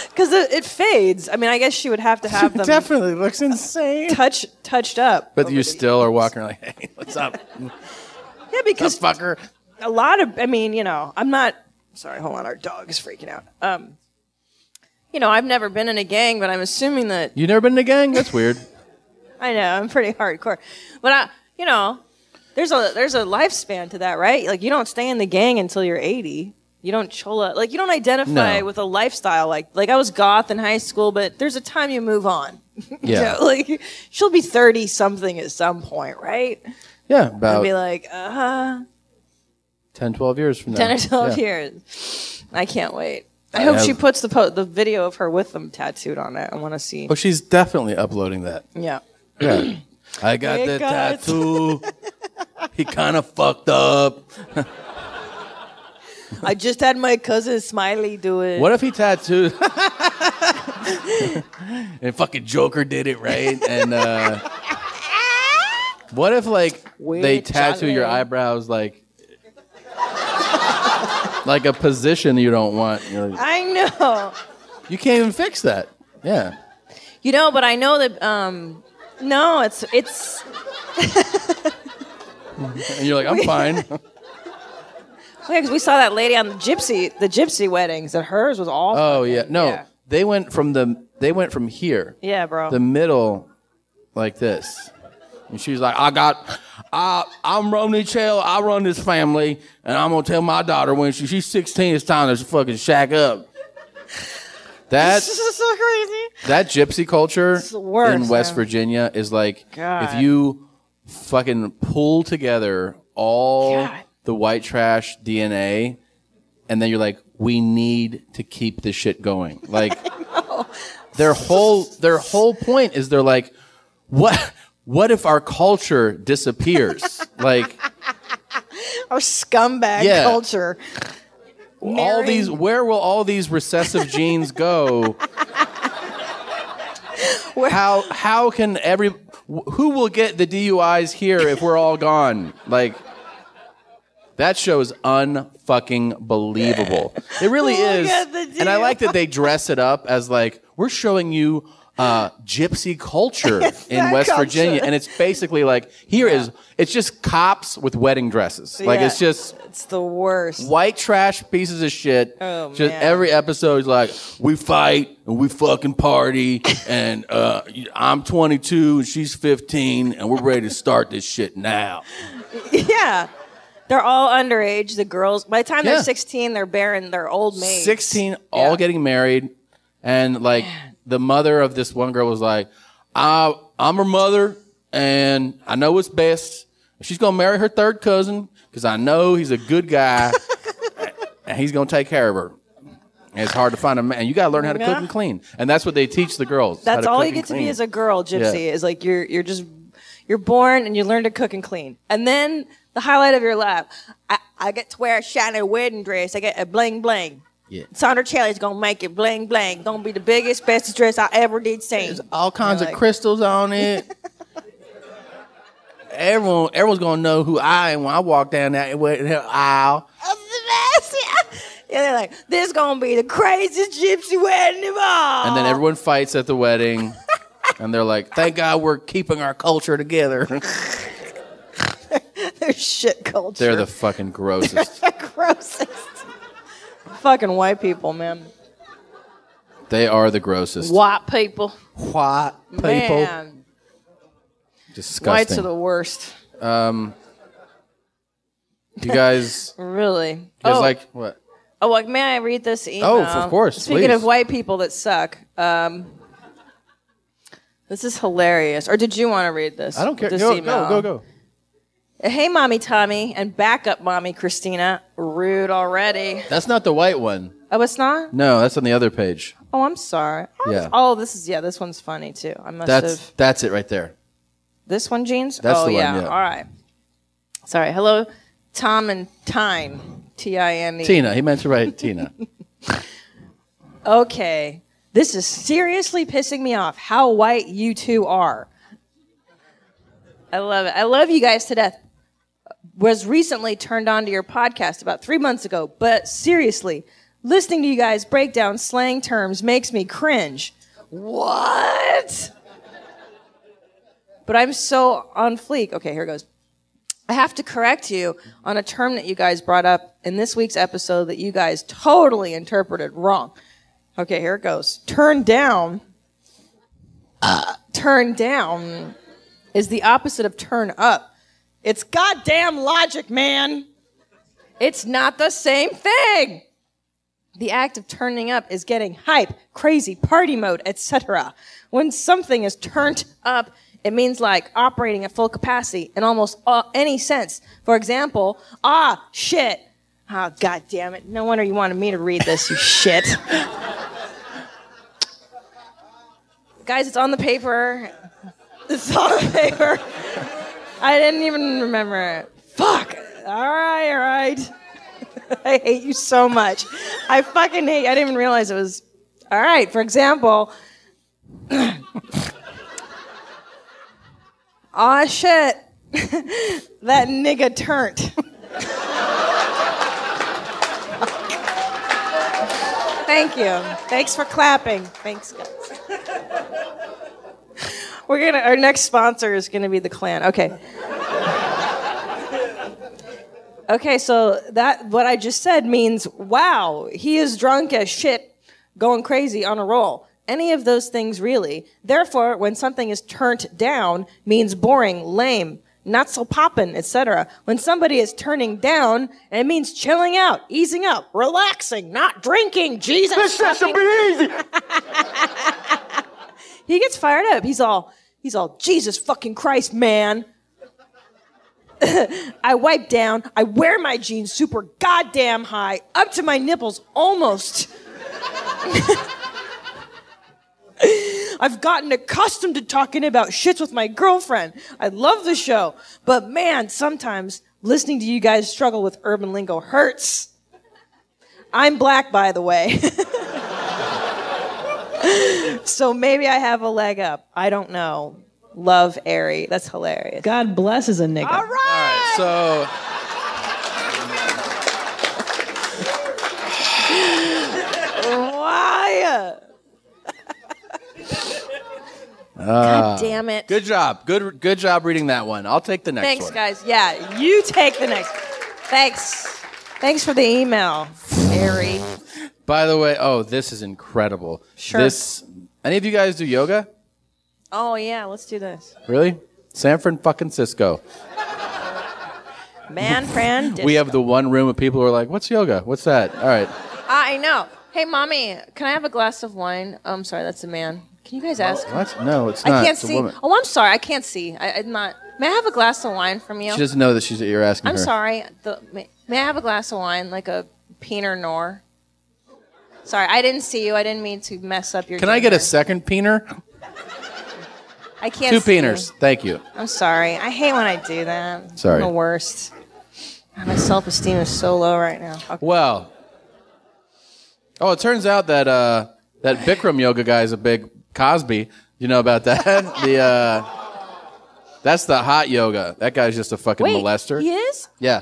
Because it, it fades. I mean, I guess she would have to have them.
definitely looks insane.
Touch, touched up.
But you still are walking around like, hey, what's up?
Yeah, because
fucker.
a lot of, I mean, you know, I'm not, sorry, hold on, our dog is freaking out. Um, you know, I've never been in a gang, but I'm assuming that
You never been in a gang? That's weird.
I know I'm pretty hardcore, but I, you know, there's a there's a lifespan to that, right? Like you don't stay in the gang until you're 80. You don't chola like you don't identify
No.
with a lifestyle like like I was goth in high school, but there's a time you move on. You
Yeah.
know, like she'll be 30 something at some point, right?
Yeah,
I'll
about
be like, uh,
10, 12 years from now.
10 or 12
Yeah.
years. I can't wait. I
I
hope
have-
she puts the po- the video of her with them tattooed on it. I want to see.
Oh, she's definitely uploading that.
yeah.
Yeah. I got
Hey,
the
guys.
tattoo. he kind of fucked up.
I just had my cousin Smiley do it.
What if he tattooed and fucking Joker did it right? And uh, what if like they
Weird
tattoo your
Charlie.
eyebrows like like a position you don't want? You're like,
I know.
you can't even fix that. Yeah,
You know, but I know that. Um, no, it's it's.
and you're like, I'm fine.
because we saw that lady on the gypsy the gypsy weddings, and hers was all.
oh yeah, no,
yeah.
they went from the they went from here,
Yeah, bro.
the middle, like this, and she's like, I got. I, I'm Romney Chell. I run this family, and I'm gonna tell my daughter when she, she's 16, it's time to fucking shack up. That
this is so crazy.
that gypsy culture
It's the worst,
in West
man.
Virginia is like
God.
if you fucking pull together all the white trash DNA and then you're like we need to keep this shit going. Like their whole their whole point is they're like what what if our culture disappears? like
Our scumbag
Yeah.
culture.
all
Marrying-
these where will all these recessive genes go how how can every wh- who will get the duis here if we're all gone like that show is unfucking believable it really
Who will
is
get the
and i like that they dress it up as like we're showing you uh, gypsy culture in
that
West
culture.
Virginia, and it's basically like here is it's just cops with wedding dresses. Like
Yeah.
it's just
It's the worst.
white trash pieces of shit.
Oh,
just
man.
every episode is like we fight and we fucking party and uh, I'm 22 and she's 15 and we're ready to start this shit now.
Yeah. They're all underage. The girls, by the time
Yeah.
they're 16, they're barren. They're old maids.
16, all getting married, and like the mother of this one girl was like, I, "I'm her mother, and I know what's best. She's gonna marry her third cousin because I know he's a good guy, and he's gonna take care of her." And it's hard to find a man. You got to learn how to cook
Yeah.
and clean, and that's what they teach the girls. how
That's
to
all
cook
you
and
get to be
clean.
as a girl, Gypsy.
Yeah.
Is like you're you're just you're born and you learn to cook and clean, and then the highlight of your life. I, I get to wear a shiny wedding dress. I get a bling bling.
Yeah.
Sandra Chelly's gonna make it bling bling. Gonna be the biggest, bestest dress I ever did see. There's
all kinds of crystals on it. Everyone, everyone's gonna know who I am when I walk down that aisle.
yeah, they're like, this is gonna be the craziest gypsy wedding of all.
And then everyone fights at the wedding, and they're like, "Thank God we're keeping our culture together."
They're shit culture.
They're the fucking grossest.
They're the grossest. Fucking white people, man.
they are the grossest.
White people.
White people.
Man, whites are
Disgusting.
the worst.
um, you guys,
Really?
you guys
oh,
like what?
oh, like, may I read this email?
Oh, of course,
Speaking
please.
of white people that suck, um, this is hilarious. Or did you want to read this?
I don't care.
This
Go,
email?
go, go, go.
Hey, mommy, Tommy, and backup mommy, Christina. Rude already.
That's not the white one.
Oh, it's not.
No, that's on the other page.
Oh, I'm sorry. Oh,
Yeah.
Oh, this is yeah. This one's funny too. I must
That's
have.
that's it right there.
This one, jeans.
That's
oh
the one,
yeah.
yeah.
All right. Sorry. Hello, Tom and Tyne. T I N E.
Tina, he meant to write Tina.
Okay. This is seriously pissing me off how white you two are. I love it. I love you guys to death. Was recently turned on to your podcast about three months ago, but seriously, listening to you guys break down slang terms makes me cringe. What? But I'm so on fleek. Okay, here goes. I have to correct you on a term that you guys brought up in this week's episode that you guys totally interpreted wrong. Okay, here it goes. Turn down. Uh, turn down is the opposite of turn up. It's goddamn logic, man. It's not the same thing. The act of turning up is getting hype, crazy, party mode, etc. When something is turned up, it means like operating at full capacity in almost all, any sense. For example, ah, shit. Oh, god damn it. No wonder you wanted me to read this, you shit. Guys, it's on the paper. It's on the paper. I didn't even remember it. Fuck. All right, all right. I hate you so much. I fucking hate. I didn't even realize it was. All right. For example, ah shit, that nigga turned. Thank you. Thanks for clapping. Thanks, guys. We're gonna. Our next sponsor is gonna be the Klan. Okay. Okay, so that what I just said means wow, he is drunk as shit, going crazy on a roll. Any of those things really. Therefore, when something is turned down means boring, lame, not so poppin', etc. When somebody is turning down, it means chilling out, easing up, relaxing, not drinking. Jesus.
This has to
fucking- he gets fired up. He's all, he's all, Jesus fucking Christ, man. I wipe down. I wear my jeans super goddamn high, up to my nipples almost. I've gotten accustomed to talking about shits with my girlfriend. I love the show, but man, sometimes listening to you guys struggle with urban lingo hurts. I'm black, by the way. so maybe I have a leg up. I don't know. Love Airy. That's hilarious.
God bless is a nigga.
All right.
So
Why?
Ah.
damn it.
Good job. Good good job reading that one. I'll take the next
Thanks,
one.
guys. Yeah, you take the next. Thanks. Thanks for the email, Airy.
By the way, oh, this is incredible.
Sure.
This any of you guys do yoga?
Oh yeah, let's do this.
Really? San Fran fucking Cisco.
Man, Fran.
We have the one room of people who are like, "What's yoga? What's that?" All right.
I know. Hey, mommy, can I have a glass of wine? Oh, I'm sorry, that's a man. Can you guys ask?
What? No, it's not.
I can't
It's a
see.
woman.
Oh, I'm sorry. I can't see. I, I'm not. May I have a glass of wine from you?
She doesn't know that she's you're asking
I'm
her.
sorry. The, may, may I have a glass of wine, like a Pinot Noir? Sorry, I didn't see you. I didn't mean to mess up your.
Can I get a second peener?
I can't.
Two
see you.
peeners. Thank you.
I'm sorry. I hate when I do that. I'm
Sorry.
the worst. God, My self esteem is so low right now. Okay.
Well, oh, it turns out that uh, that Bikram yoga guy is a big Cosby. You know about that? the uh, that's the hot yoga. That guy's just a fucking
Wait,
molester.
He is.
Yeah,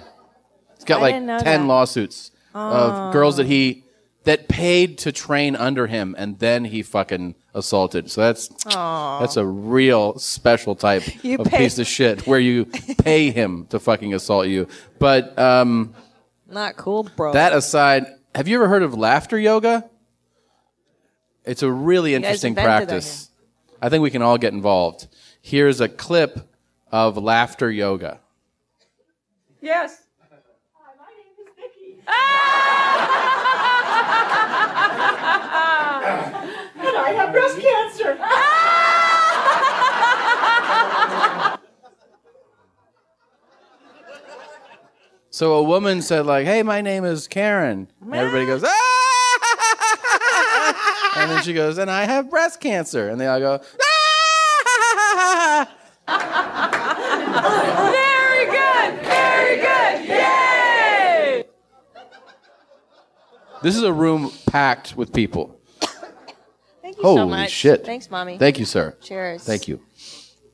he's got
I
like
didn't know
ten
that.
lawsuits
Oh.
of girls that he that paid to train under him, and then he fucking assaulted. So that's
Aw.
that's a real special type
You
of
pay-
piece of shit where you pay him to fucking assault you. But um,
Not cool, bro.
that aside, have you ever heard of laughter yoga? It's a really
You guys
interesting
invented that
practice. I think we can all get involved. Here's a clip of laughter yoga.
Yes.
And I have breast cancer.
So a woman said like, "Hey, my name is Karen." And everybody goes, "Ah!" And then she goes, "And I have breast cancer." And they all go, "Ah!"
Very good. Very good. Yay!
"This is a room packed with people."
Thank you
Holy
so much.
shit!
Thanks, mommy.
Thank you, sir.
Cheers.
Thank you.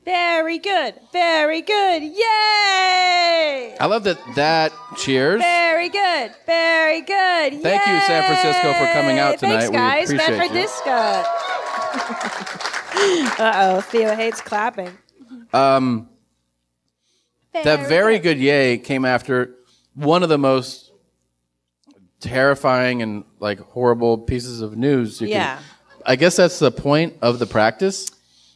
Very good. Very good. Yay!
I love that. That cheers.
Very good. Very good.
Thank you, San Francisco, for coming out
Thanks,
tonight.
guys.
we appreciate
San
you.
Francisco. uh oh, Theo hates clapping.
Um, that very good yay came after one of the most terrifying and like horrible pieces of news. You
Yeah.
Can, I guess that's the point of the practice.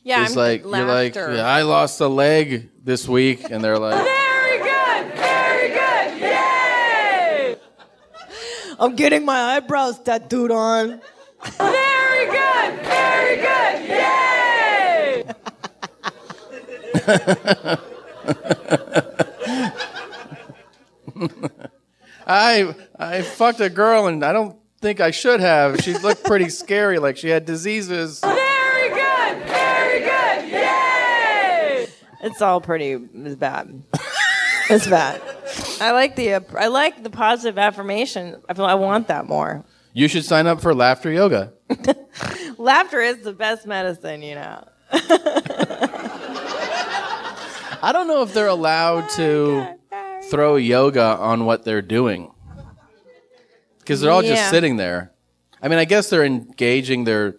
Yeah,
It's
I'm-
like you're like
laughter.
"Yeah, I lost a leg this week, and they're like,
Very good. Very good. Yay!
I'm getting my eyebrows tattooed on.
Very good. Very good. Yay!
I I fucked a girl, and I don't think I should have. She looked pretty scary, like she had diseases.
Very good. Very good. Yay!
It's all pretty it's bad. it's bad. I like the uh, I like the positive affirmation. I feel I want that more.
You should sign up for laughter yoga.
Laughter is the best medicine, you know.
I don't know if they're allowed to throw yoga on what they're doing because they're all
Yeah.
just sitting there. I mean, I guess they're engaging their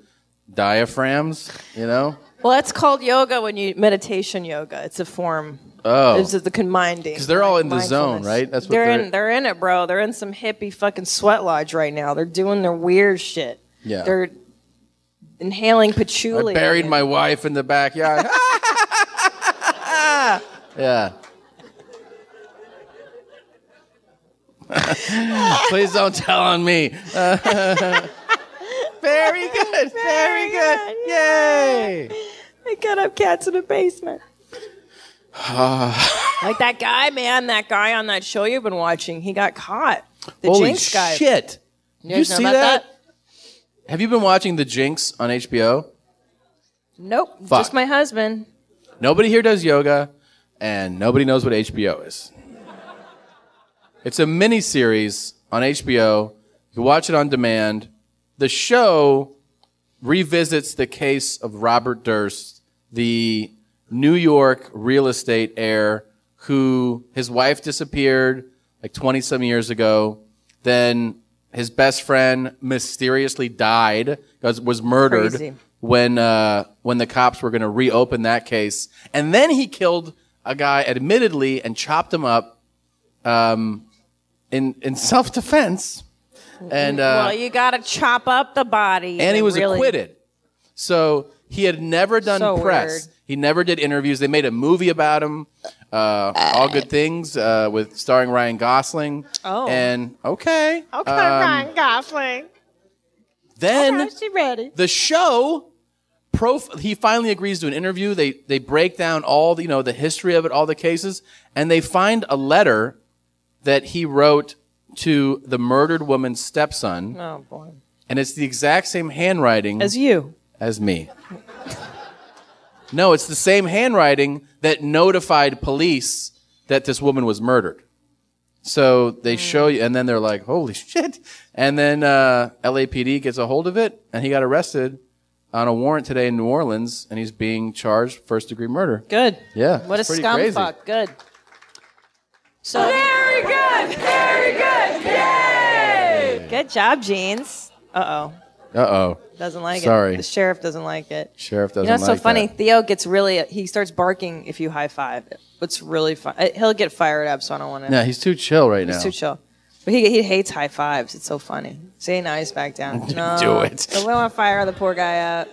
diaphragms, you know?
Well, that's called yoga when you meditation yoga. It's a form.
Oh.
It's the combining.
Because they're all in the zone,
mindfulness.
right? That's what
they're,
they're,
in. They're in it, bro. They're in some hippie fucking sweat lodge right now. They're doing their weird shit.
Yeah.
They're inhaling
I
patchouli.
buried my wife in the backyard. yeah. Please don't tell on me. Very good. Very good. Yay!
I got up cats in the basement. Like that guy, man. That guy on that show you've been watching. He got caught. The
Holy
Jinx guy.
shit.
You,
you
guys know
see
about
that? Have you been watching The Jinx on HBO?
Nope.
Fuck.
Just my husband.
Nobody here does yoga, and nobody knows what HBO is. It's a mini series on HBO. You can watch it on demand. The show revisits the case of Robert Durst, the New York real estate heir who his wife disappeared like 20 some years ago. Then his best friend mysteriously died, was, was murdered
Crazy.
when uh, when the cops were going to reopen that case, and then he killed a guy admittedly and chopped him up um, in in self defense, and uh,
well, you gotta chop up the body.
and he was
really-
acquitted. So he had never done
So
press.
weird.
He never did interviews. They made a movie about him, uh, All Good Things, uh, with starring Ryan Gosling.
Oh.
and okay,
Okay,
um,
Ryan Gosling.
Then
Okay, she ready.
the show prof- he finally agrees to an interview they they break down all the, you know the history of it all the cases and they find a letter that he wrote to the murdered woman's stepson
Oh boy.
and it's the exact same handwriting
as you,
as me. no, it's the same handwriting that notified police that this woman was murdered. So
Mm.
they show you, and then they're like, "Holy shit!" And then uh, LAPD gets a hold of it, and he got arrested on a warrant today in New Orleans, and he's being charged first degree murder.
Good.
Yeah.
What a
it's pretty
scum
crazy.
fuck. Good. So
Very good. Very good. Yay!
good job, Jeans. Uh oh.
Uh oh.
Doesn't like
Sorry.
it. The sheriff doesn't like it.
Sheriff doesn't
You know, it's so
like
funny.
that.
Theo gets really, he starts barking if you high five. It's really fun. I- He'll get fired up, so I don't want to.
Yeah, he's too chill right now.
He's too chill. But he, he hates high fives. It's so funny. Say now he's back down. No,
Do it.
But we don't want to fire the poor guy up.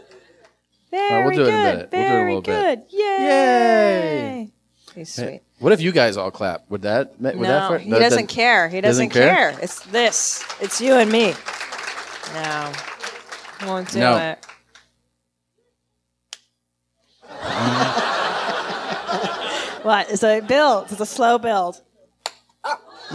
Very
All right, we'll do
good.
it in a minute. We'll do it in a
Very
little bit.
good. Yay. He's
Hey,
sweet.
Eh, What if you guys all clap? Would that? Would that
no, he doesn't care. He doesn't, care. It's this. It's you and me. No, won't do
No.
it. what? It's a build. It's a slow build.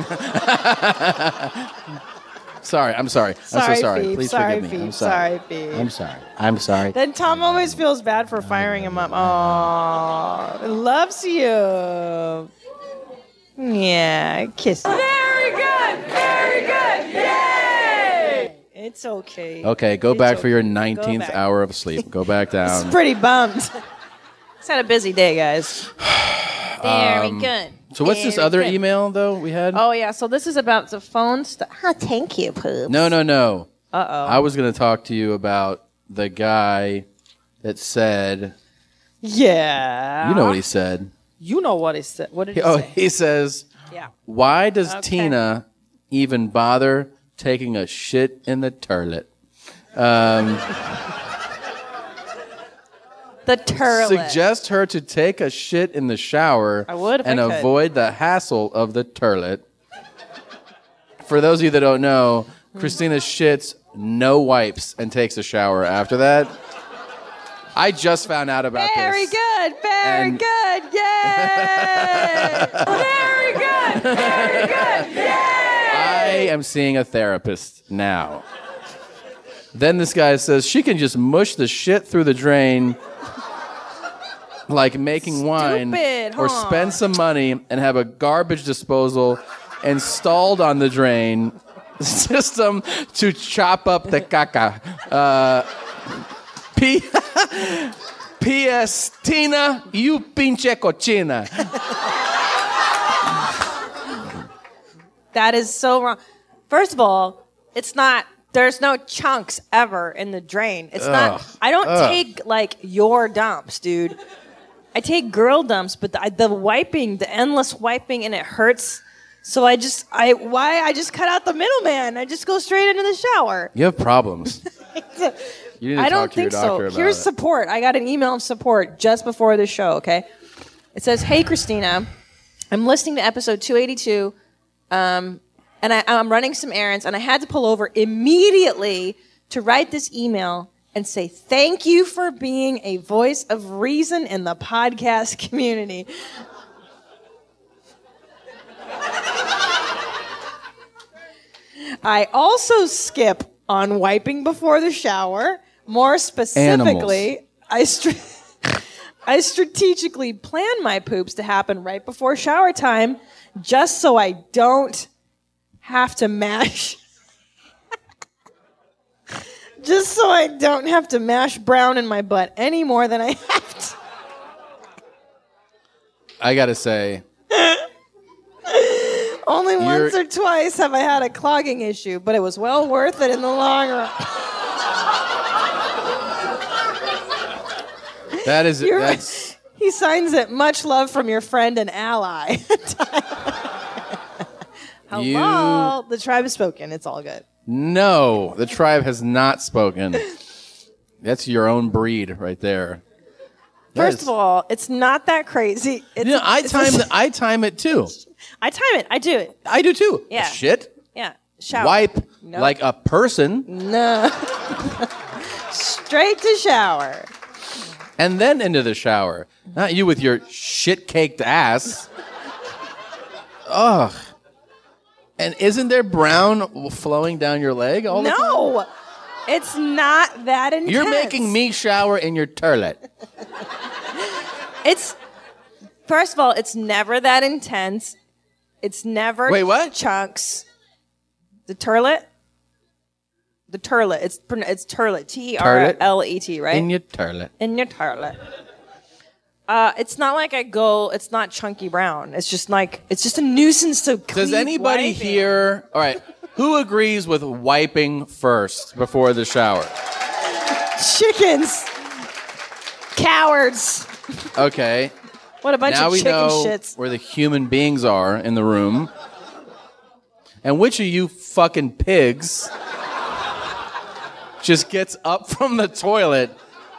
sorry, I'm
Sorry,
sorry. I'm so sorry.
Phoebe.
Please
Sorry,
forgive me.
Phoebe.
I'm sorry.
Sorry, Phoebe.
I'm sorry. I'm sorry.
Then Tom always feels bad for firing him up. Oh, loves you. Yeah, kiss.
Very good. Very good. Yay!
It's okay.
Okay, go
It's
back for your
okay. Go
19th
back.
hour of sleep. Go back
It's
down.
pretty bummed. It's had a busy day, guys. Very
Um,
good.
So what's this
Very
other
good.
email though we had?
Oh yeah, so this is about the phone stuff. Oh, thank you, poop.
No, no, no.
Uh oh.
I was going to talk to you about the guy that said,
Yeah.
you know what he said.
You know what he said. What did he
oh,
say?
he says,
Yeah.
Why does
Okay.
Tina even bother taking a shit in the toilet? Um,
The turlet.
suggest her to take a shit in the shower
I would if I
and
could.
avoid the hassle of the toilet. For those of you that don't know, Christina shits, no wipes, and takes a shower after that. I just found out about
Very
this.
good. Very
And-
good. Yay! very good. Very good. Yay!
I am seeing a therapist now. Then this guy says she can just mush the shit through the drain like making wine
Stupid,
or
huh?
spend some money and have a garbage disposal installed on the drain system to chop up the caca. Uh, P- P.S. Tina, you pinche cochina.
That is so wrong. First of all, it's not. There's no chunks ever in the drain. It's
Ugh.
not. I don't
Ugh.
take like your dumps, dude. I take girl dumps, but the, the wiping, the endless wiping, and it hurts. So I just, I why I just cut out the middleman. I just go straight into the shower.
You have problems. You need to
I
talk
don't
to
think
your doctor
so.
about
Here's
it.
support. I got an email of support just before the show. Okay, it says, "Hey Christina, I'm listening to episode 282, um, and I, I'm running some errands, and I had to pull over immediately to write this email and say thank you for being a voice of reason in the podcast community." I also skip on wiping before the shower. More specifically, I str- I strategically plan my poops to happen right before shower time, just so I don't have to mash. just so I don't have to mash brown in my butt any more than I have to.
I gotta say,
Only once
You're-
or twice have I had a clogging issue, but it was well worth it in the long run.
that is-
You're-
that's
He signs it, much love from your friend and ally. Hello. The tribe has spoken. It's all good.
No, the tribe has not spoken. That's your own breed right there. That
First
is-
of all, it's not that crazy. It's,
you know, I
it's-
time the, I time it too.
I time it. I do it.
I do too.
Yeah.
Shit.
Yeah. Shower.
Wipe
No.
like a person,
No. Straight to shower.
and then into the shower. Not you with your shit caked ass. Ugh. And isn't there brown flowing down your leg all the time?
No. It's not that intense.
You're making me shower in your toilet.
It's first of all, it's never that intense. It's never
Wait, what?
chunks. The turlet. The turlet. It's pron- it's turlet. T E R
Turlet.
L E T. Right.
In your toilet.
in your toilet. Uh, it's not like I go. It's not chunky brown. It's just like it's just a nuisance to.
Does
clean
anybody
wiping.
here? All right. Who agrees with wiping first before the shower?
Chickens. Cowards.
Okay.
What a bunch
now
of
we
chicken
know
shits.
where the human beings are in the room. And which of you fucking pigs just gets up from the toilet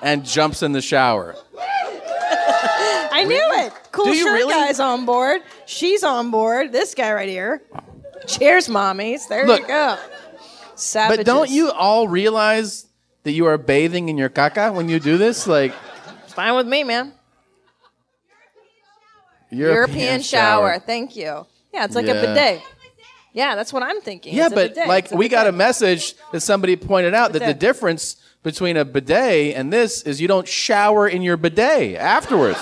and jumps in the shower?
I knew it. Cool
Do you
shirt
really?
guy's on board. She's on board. This guy right here. Cheers, mommies. There
Look.
you go. Savages.
But don't you all realize that you are bathing in your caca when you do this? Like
It's fine with me, man.
European,
shower. Thank you. Yeah, it's like
Yeah.
a bidet. Yeah, that's what I'm thinking.
Yeah,
It's a
but
bidet.
like
It's a
we got a message that somebody pointed out that the
Bidet.
difference between a bidet and this is you don't shower in your bidet afterwards.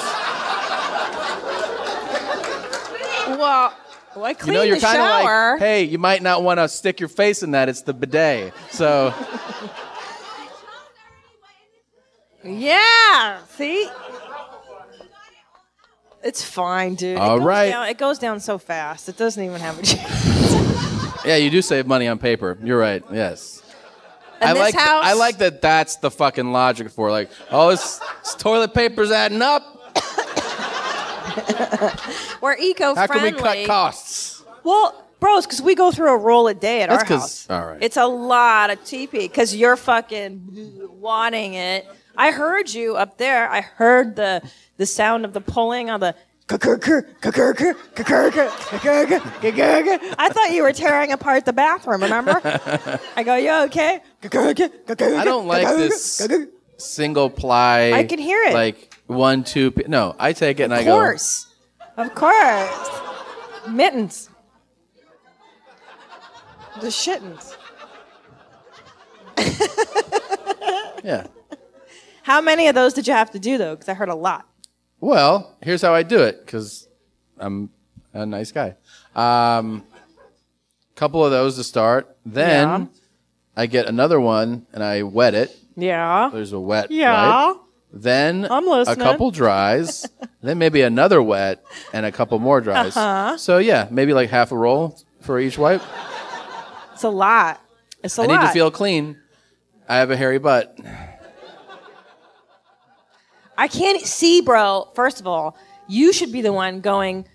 Well, well, I
you
clean
know, you're
the
kind of
shower.
like, hey, you might not want to stick your face in that. It's the bidet. So
Yeah. See? It's fine, dude.
All
it goes
right.
Down, it goes down so fast. It doesn't even have a chance.
yeah, you do save money on paper. You're right. Yes.
And
I
this
like
house-
I like that. That's the fucking logic for it. like, oh, this, this toilet paper's adding up.
We're eco-friendly.
How can we cut costs?
Well, bros, because we go through a roll a day at
That's
our house.
all right.
It's a lot of TP because you're fucking wanting it. I heard you up there. I heard the the sound of the pulling on the. I thought you were tearing apart the bathroom. Remember? I go, you okay?
I don't like this single ply.
I can hear it.
Like one, two. p- No, I take it and I
Of
go.
course, of course, mittens, the shittens.
Yeah.
How many of those did you have to do though? Because I heard a lot.
Well, here's how I do it because I'm a nice guy. Um, couple of those to start. Then
Yeah.
I get another one and I wet it.
Yeah.
There's a wet.
Yeah.
wipe. Then
I'm
a
listening.
couple dries. then maybe another wet and a couple more dries.
Uh-huh.
So yeah, maybe like half a roll for each wipe.
It's a lot. It's a
I
lot.
need to feel clean. I have a hairy butt.
I can't see, bro. First of all, you should be the one going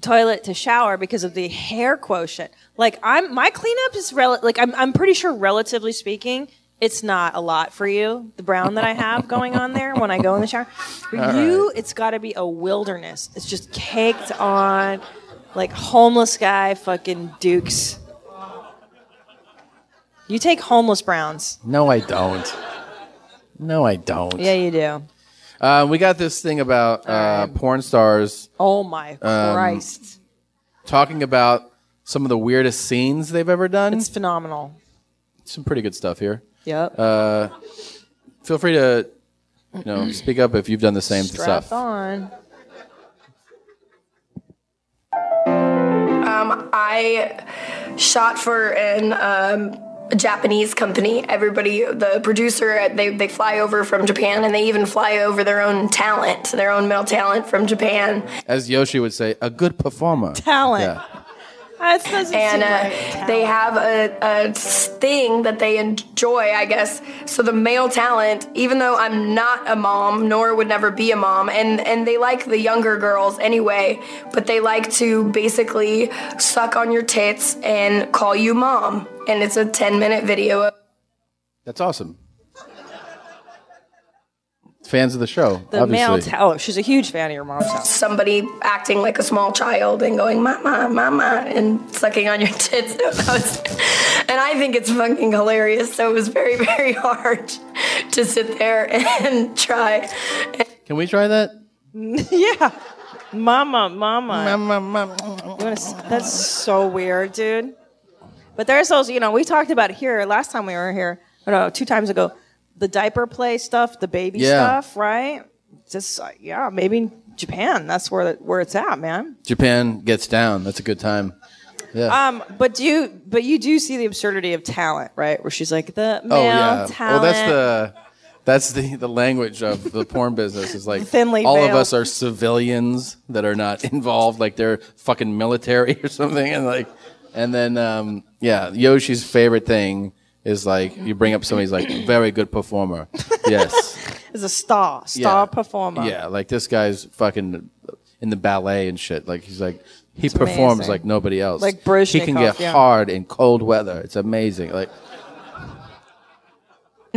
toilet to shower because of the hair quotient. Like I'm, my cleanup is rel- like I'm, I'm pretty sure, relatively speaking, it's not a lot for you. The brown that I have going on there when I go in the shower, for
All
you, it's got to be a wilderness. It's just caked on, like homeless guy, fucking dukes. You take homeless browns.
No, I don't. No, I don't.
Yeah, you do.
Uh, we got this thing about uh, porn stars.
Oh my
um,
Christ.
Talking about some of the weirdest scenes they've ever done.
It's phenomenal.
Some pretty good stuff here.
Yep.
Uh, feel free to, you know, speak up if you've done the same
Strap
stuff.
on.
Um, I shot for an um, Japanese company. Everybody, the producer, they, they fly over from Japan and they even fly over their own talent, their own male talent from Japan.
As Yoshi would say, a good performer.
Talent.
Yeah.
and uh, they have a, a thing that they enjoy, I guess. So the male talent, even though I'm not a mom, nor would never be a mom, and and they like the younger girls anyway, but they like to basically suck on your tits and call you mom, and it's a 10 minute video. of
That's awesome. Fans of the show,
The
obviously.
male
Oh, she's a huge fan of your mom's house.
Somebody acting like a small child and going mama, mama, and sucking on your tits. No, that was- and I think it's fucking hilarious. So it was very, very hard to sit there and try.
Can we try that?
yeah. Mama, mama.
Mama, mama.
that's so weird, dude. But there's those, you know, we talked about it here last time we were here. or no, two times ago, the diaper play stuff, the baby
Yeah.
stuff, right? Just uh, yeah, maybe Japan. That's where where it's at, man.
Japan gets down. That's a good time. Yeah.
Um, but do you but you do see the absurdity of talent, right? Where she's like the male
oh yeah.
talent.
Oh, that's the that's the the language of the porn business. Is like
Thinly
all of
veiled.
us are civilians that are not involved. Like they're fucking military or something. And like, and then um, yeah, Yoshi's favorite thing is like you bring up somebody's like very good performer. Yes.
is a star, star
Yeah.
performer.
Yeah, like this guy's fucking in the ballet and shit. Like he's like he
It's
performs
amazing.
like nobody else.
Like
He can
Brezhnikov,
get
yeah.
hard in cold weather. It's amazing. Like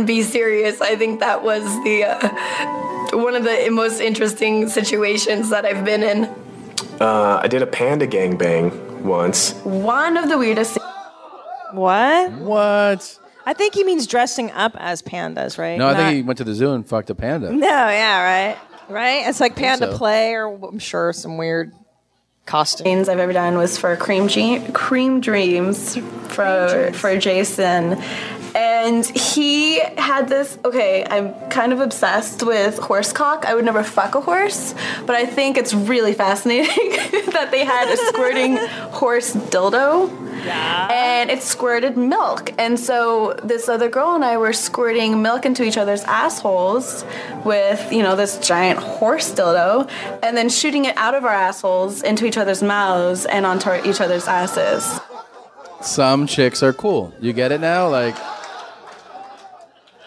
Be serious. I think that was the uh, one of the most interesting situations that I've been in.
Uh, I did a panda gangbang once.
One of the weirdest.
What?
What?
I think he means dressing up as pandas, right?
no, I
Not-
think he went to the zoo and fucked a panda.
No, yeah, right, right. It's like
think
panda
so.
play, or I'm sure some weird
costumes I've ever done was for Cream, Je- Cream Dreams for for Jason. And he had this. Okay, I'm kind of obsessed with horse cock. I would never fuck a horse, but I think it's really fascinating that they had a squirting horse dildo. And it squirted milk. And so this other girl and I were squirting milk into each other's assholes with, you know, this giant horse dildo and then shooting it out of our assholes into each other's mouths and onto our- each other's asses.
Some chicks are cool. You get it now? Like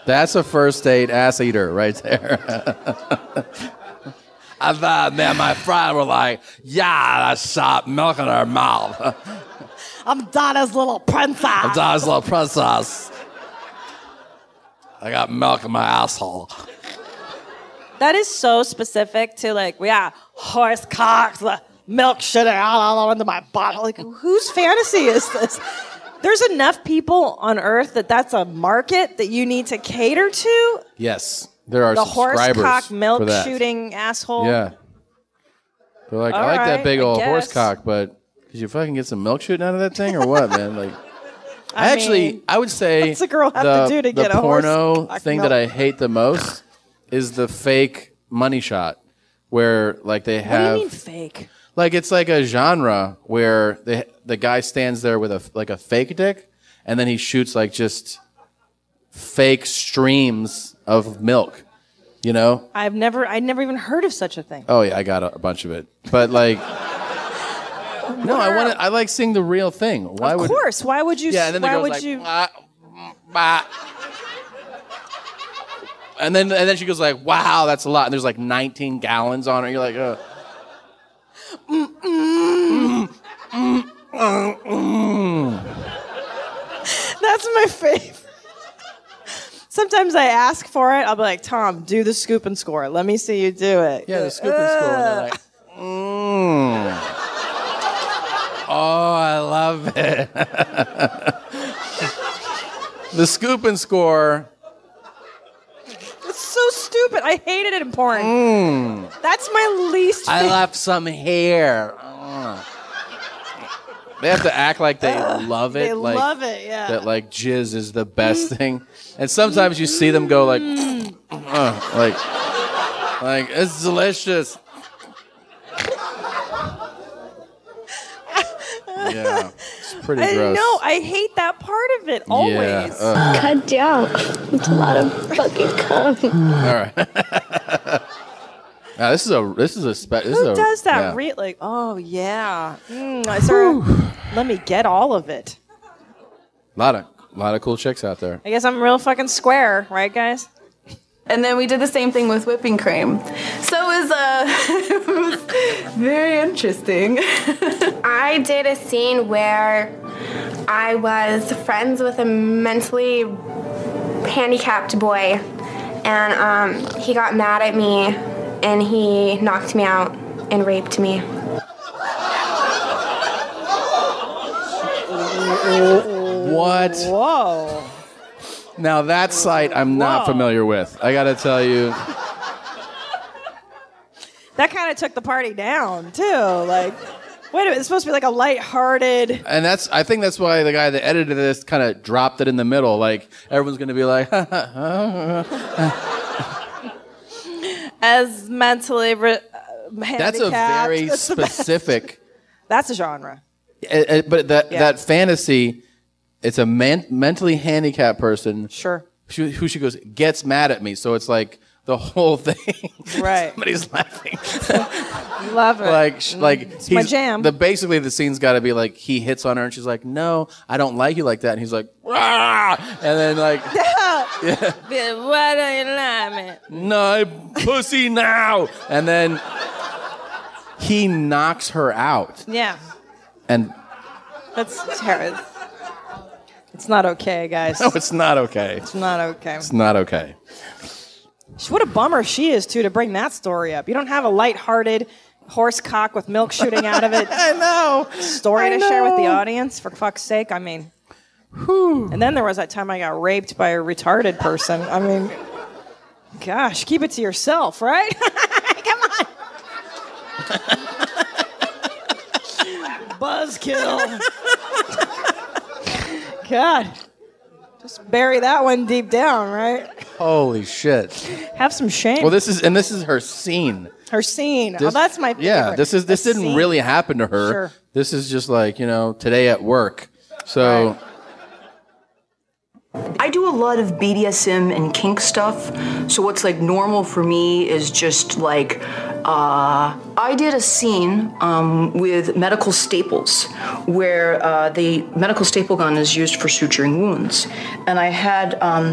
that's a first date ass eater right there.
I thought, man, my friend were like, yeah, I shot milk in her mouth.
I'm Donna's little princess.
I'm Donna's little princess. I got milk in my asshole.
That is so specific to like, yeah, horse cocks, the milk shitting out all into my bottle. Like, whose fantasy is this? There's enough people on Earth that that's a market that you need to cater to.
yes. There are
the horse
subscribers
cock
for
milk
that.
shooting asshole.
Yeah. They're like, I
All
like
right,
that big
I
old horse
guess.
cock, but could you fucking get some milk shooting out of that thing or what, man? Like, I,
I
actually,
mean,
I would say
what's a girl have
the,
to do to
the
get a horse
porno
cock
thing
milk?
that I hate the most is the fake money shot, where like they
What do
have
you mean fake?
like it's like a genre where the the guy stands there with a like a fake dick, and then he shoots like just fake streams of milk, you know,
I've never, I'd never even heard of such a thing.
Oh yeah, I got a, a bunch of it. But like, no, I want to. I like seeing the real thing. Why
of
would?
course. Why would you?
Yeah, and then the
why
girl's
would
like,
you?
And then and then she goes like, "Wow, that's a lot." And there's like 19 gallons on it. You're like, "Oh,
Mm, mm. That's my favorite. Sometimes I ask for it. I'll be like, Tom, do the scoop and score. Let me see you do it. Yeah, the
scoop and score, and they're like, mm. oh, I love it." the scoop and score.
It's so stupid. I hated it in porn.
Mm.
That's my least.
I
favorite.
left some hair. Mm. They have to act like they love it.
They
like,
love it. Yeah. Mm.
that like jizz is the best thing. And sometimes you see them go like, uh, like, like it's delicious. yeah, it's pretty
I
gross.
know. I hate that part of it always.
Yeah, ugh.
Cut down. It's a lot of fucking cum.
All right. Now, this is a this is a spe- this is
Who
a,
does that?
yeah.
Re- like, oh yeah. Mm, I sort of- let me get all of it.
lot of lot of cool chicks out there.
I guess I'm real fucking square, right, guys?
And then we did the same thing with whipping cream. So it was, uh, it was very interesting.
I did a scene where I was friends with a mentally handicapped boy, and um, he got mad at me and he knocked me out and raped me.
What?
Whoa.
Now that site I'm not
Whoa.
familiar with. I gotta tell you.
That kind of took the party down too. Like, Wait a minute, it's supposed to be like a lighthearted.
And that's I think that's why the guy that edited this kind of dropped it in the middle. Like everyone's gonna be like, ha, ha, ha, ha, ha.
As mentally re- uh,
that's a
handicapped.
very
That's the best.
specific.
That's a genre.
eh, eh, But that
Yeah.
that fantasy, it's a man, mentally handicapped person.
Sure.
Who, who she goes gets mad at me. So it's like the whole thing.
Right.
Somebody's laughing.
Love it. Mm-hmm.
like sh- like
it's my
he's-
jam.
The basically the scene's got to be like he hits on her and she's like, "No, I don't like you like that." And he's like, "Rah!" and then like, yeah,
Why don't you lie, man?
"No, pussy now." And then he knocks her out.
Yeah,
And
that's terrible. It's not okay, guys.
no, it's not okay.
It's not okay.
It's not okay.
What a bummer she is too to bring that story up. You don't have a lighthearted horse cock with milk shooting out of it. I know story
I
to share with the
know.
audience. For fuck's sake, I mean. And then there was that time I got raped by a retarded person. I mean, gosh, keep it to yourself, right? Buzzkill. God, just bury that one deep down, right?
Holy shit.
Have some shame.
Well, this is and this is her scene.
her scene. oh,
This-
that's my favorite.
Yeah, this is this
The
didn't
scene.
really happen to her.
Sure.
This is just like you know today at work. So
I do a lot of BDSM and kink stuff, so what's like normal for me is just like uh, I did a scene um, with medical staples where uh, the medical staple gun is used for suturing wounds, and I had um,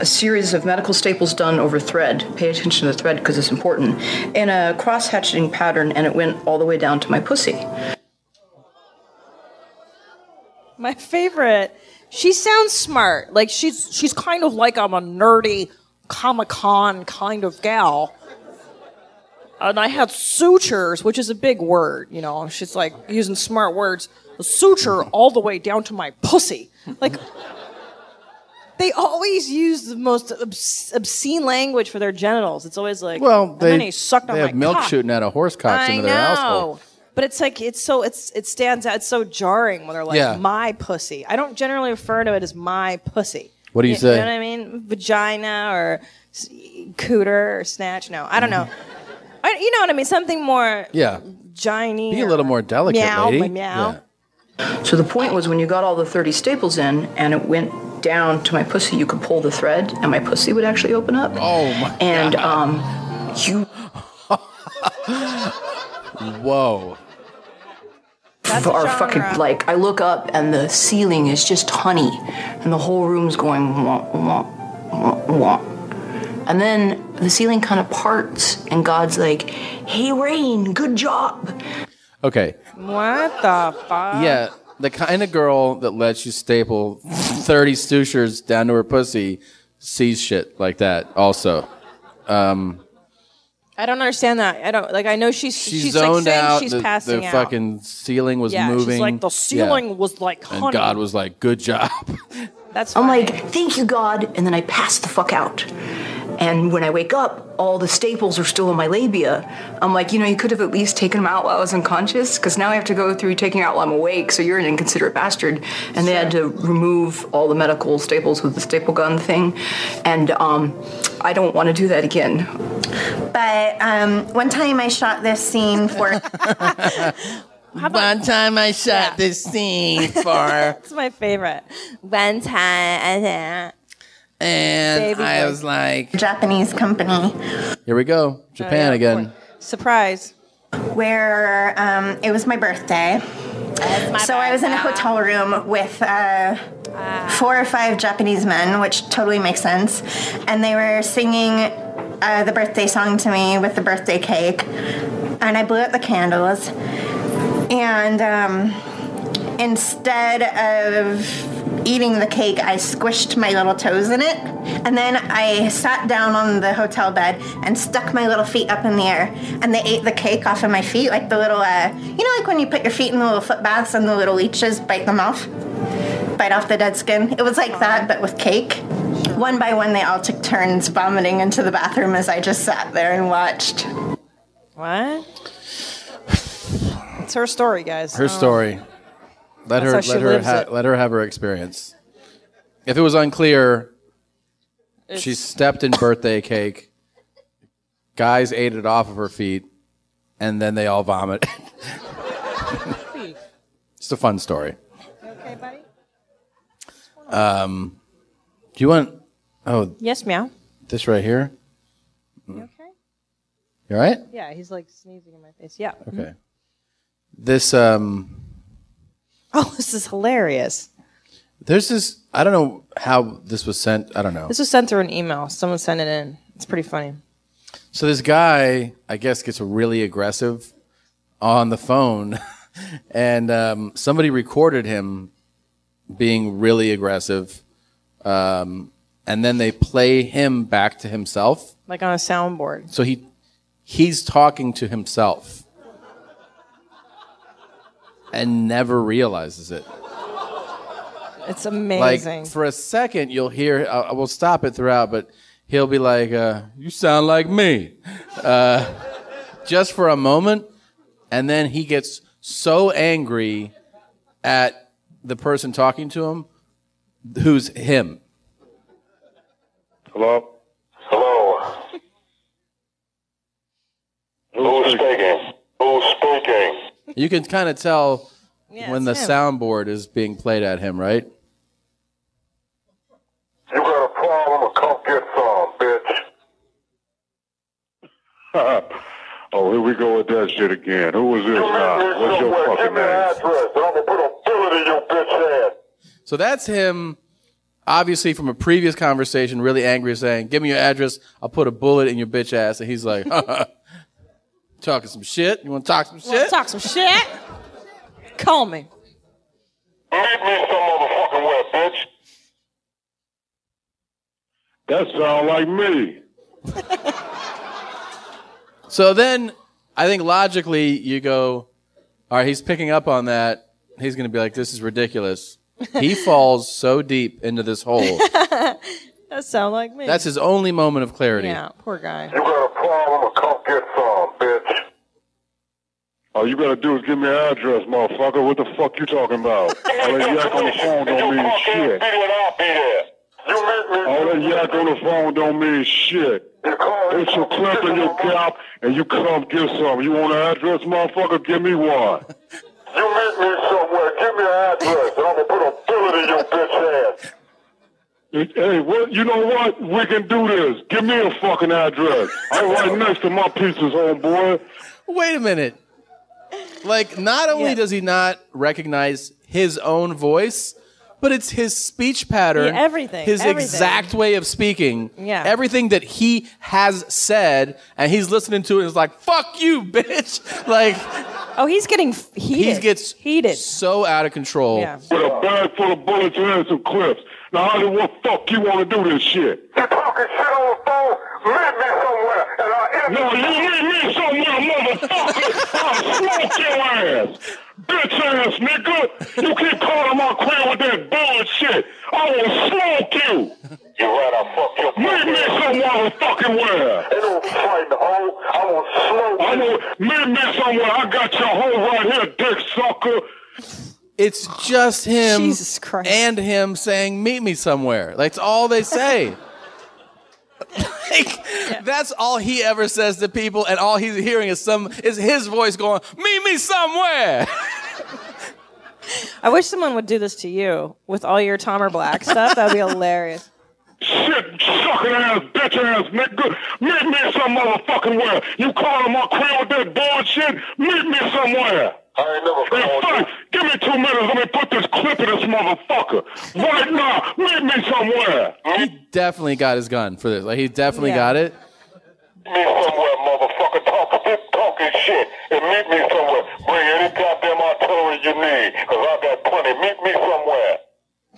a series of medical staples done over thread. Pay attention to the thread because it's important in a cross hatching pattern, and it went all the way down to my pussy.
My favorite. She sounds smart. Like she's she's kind of like I'm a nerdy Comic Con kind of gal. And I had sutures, which is a big word, you know. She's like using smart words. A suture all the way down to my pussy. Like they always use the most obs- obscene language for their genitals. It's always like,
well,
"And
they
then he sucked on
they
my
have milk
cock."
shooting out of horse cocks
I
into their household.
know. But it's like it's so it's it stands out. It's so jarring when they're like
Yeah.
my pussy. I don't generally refer to it as my pussy.
What do you
Y-
say?
You know what I mean? Vagina or s- cooter or snatch? No, I don't know. I, you know what I mean? Something more
Yeah,
giny.
Be a
or
little more delicate,
uh, meow,
lady.
Meow.
Yeah. So the point was when you got all the 30 staples in and it went down to my pussy, you could pull the thread and my pussy would actually open up. Oh my And um you
Whoa.
are fucking like I look up and the ceiling is just honey and the whole room's going wah wah wah wah. And then the ceiling kind of parts and God's like, "Hey rain, good job."
Okay.
What the fuck?
yeah, the kind of girl that lets you staple thirty sutures down to her pussy sees shit like that. Also, um,
I don't understand that. I don't like. I know she's
she
she's, like
zoned
saying
out.
she's
the,
passing
the
out.
fucking ceiling was
yeah,
moving.
she's like the
Yeah.
ceiling was like honey.
And God was like, "Good job."
That's
I'm like, thank you, God, and then I pass the fuck out. And when I wake up, all the staples are still in my labia. I'm like, you know, you could have at least taken them out while I was unconscious, because now I have to go through taking out while I'm awake, so you're an inconsiderate bastard. And they had to remove all the medical staples with the staple gun thing. And um, I don't want to do that again.
But um, one time I shot this scene for.
One time I shot this scene for.
That's my favorite. One time.
And
Baby I
was like,
Japanese company.
Here we go,
Oh,
Japan
yeah,
again.
Surprise.
Where um, it was my birthday. so I was in a hotel room with uh, four or five Japanese men, which totally makes sense. And they were singing uh, the birthday song to me with the birthday cake. And I blew out the candles. And um, instead of eating the cake, I squished my little toes in it. And then I sat down on the hotel bed and stuck my little feet up in the air. And they ate the cake off of my feet, like the little, uh, you know, like when you put your feet in the little foot baths and the little leeches bite them off, bite off the dead skin. It was like that, but with cake. One by one, they all took turns vomiting into the bathroom as I just sat there and watched.
What? It's her story, guys. Oh.
Her story. Let
That's
her
how
let
she
her
lives
ha-
it.
let her have her experience. If it was unclear, she stepped in birthday cake. Guys ate it off of her feet, and then they all vomited. it's a fun story.
Okay, buddy.
Um, do you want? Oh,
Yes, meow.
this right here.
You okay?
You all right?
Yeah, he's like sneezing in my face. Yeah. Mm-hmm.
Okay. This um.
Oh, this is hilarious.
There's this. I don't know how this was sent. I don't know.
This was sent through an email. Someone sent it in. It's pretty funny.
so this guy, I guess, gets really aggressive on the phone, and um, somebody recorded him being really aggressive, um, and then they play him back to himself.
Like on a soundboard.
So he he's talking to himself and never realizes it.
It's amazing.
Like for a second, you'll hear. I I will stop it throughout, but he'll be like, uh, "You sound like me," uh, just for a moment, and then he gets so angry at the person talking to him, who's him.
Hello? Hello. Who's speaking? Who's speaking?
You can kind of tell when the
it's him.
soundboard is being played at him, right?
You got a problem, come get some, bitch. oh, here we go with that shit again. Who was this now? What's your fucking name?
So that's him, obviously from a previous conversation, really angry, saying, "Give me your address. I'll put a bullet in your bitch ass." And he's like, "Talking some shit. You want to talk some shit?
Wanna talk some shit? Call me.
That sound like me.
So then, I think logically, you go, "All right, he's picking up on that. He's going to be like, this is ridiculous." he falls so deep into this hole.
That sound like me.
Oh. That's his only moment of clarity.
Yeah, poor guy.
All you gotta do is give me an address, motherfucker. What the fuck you talking about? All that yak on the phone don't mean shit. All that yak on the phone don't mean shit. It's a clip in your cap, and you come get some. You want an address, motherfucker? Give me one. You meet me somewhere. Give me an address, and I'm gonna put a bullet in your bitch ass. Hey, what? You know what? We can do this. Give me a fucking address. I'm right next to my pieces, homeboy.
Wait a minute. Like, not only does he not recognize his own voice, but it's his speech pattern.
Yeah, everything,
His
everything.
exact way of speaking.
Yeah.
Everything that he has said, and he's listening to it and is like, fuck you, bitch. Like,
oh, he's getting heated.
He gets
heated.
so out of control.
Yeah.
with a bag full of bullets and some clips. Now, how the what fuck you want to do this shit? You talking shit on the phone? Meet me somewhere, and I No, you meet me somewhere, motherfucker. I'll smoke your ass, bitch ass nigga. You keep calling my crib with that bullshit. I will smoke you. You right, I fuck your Meet me somewhere, fucking where? Ain't no fighting, hoe. I will smoke you. I will meet me somewhere. I got your hoe right here, dick sucker.
It's just him and him saying, meet me somewhere. That's all they say. like, that's all he ever says to people, and all he's hearing is some is his voice going, meet me somewhere.
I wish someone would do this to you with all your Tom or Black stuff. That'd be hilarious.
Shit, sucking ass, bitch ass nigga. Meet me some motherfucking where. You calling my crib with that bullshit? Meet me somewhere. I ain't never In fact, give me two minutes. Let me put this clip in this motherfucker. Right now, meet me somewhere.
he definitely got his gun for this. Like he definitely
Yeah.
got it.
Bring any goddamn artillery you need, because I got plenty. Meet me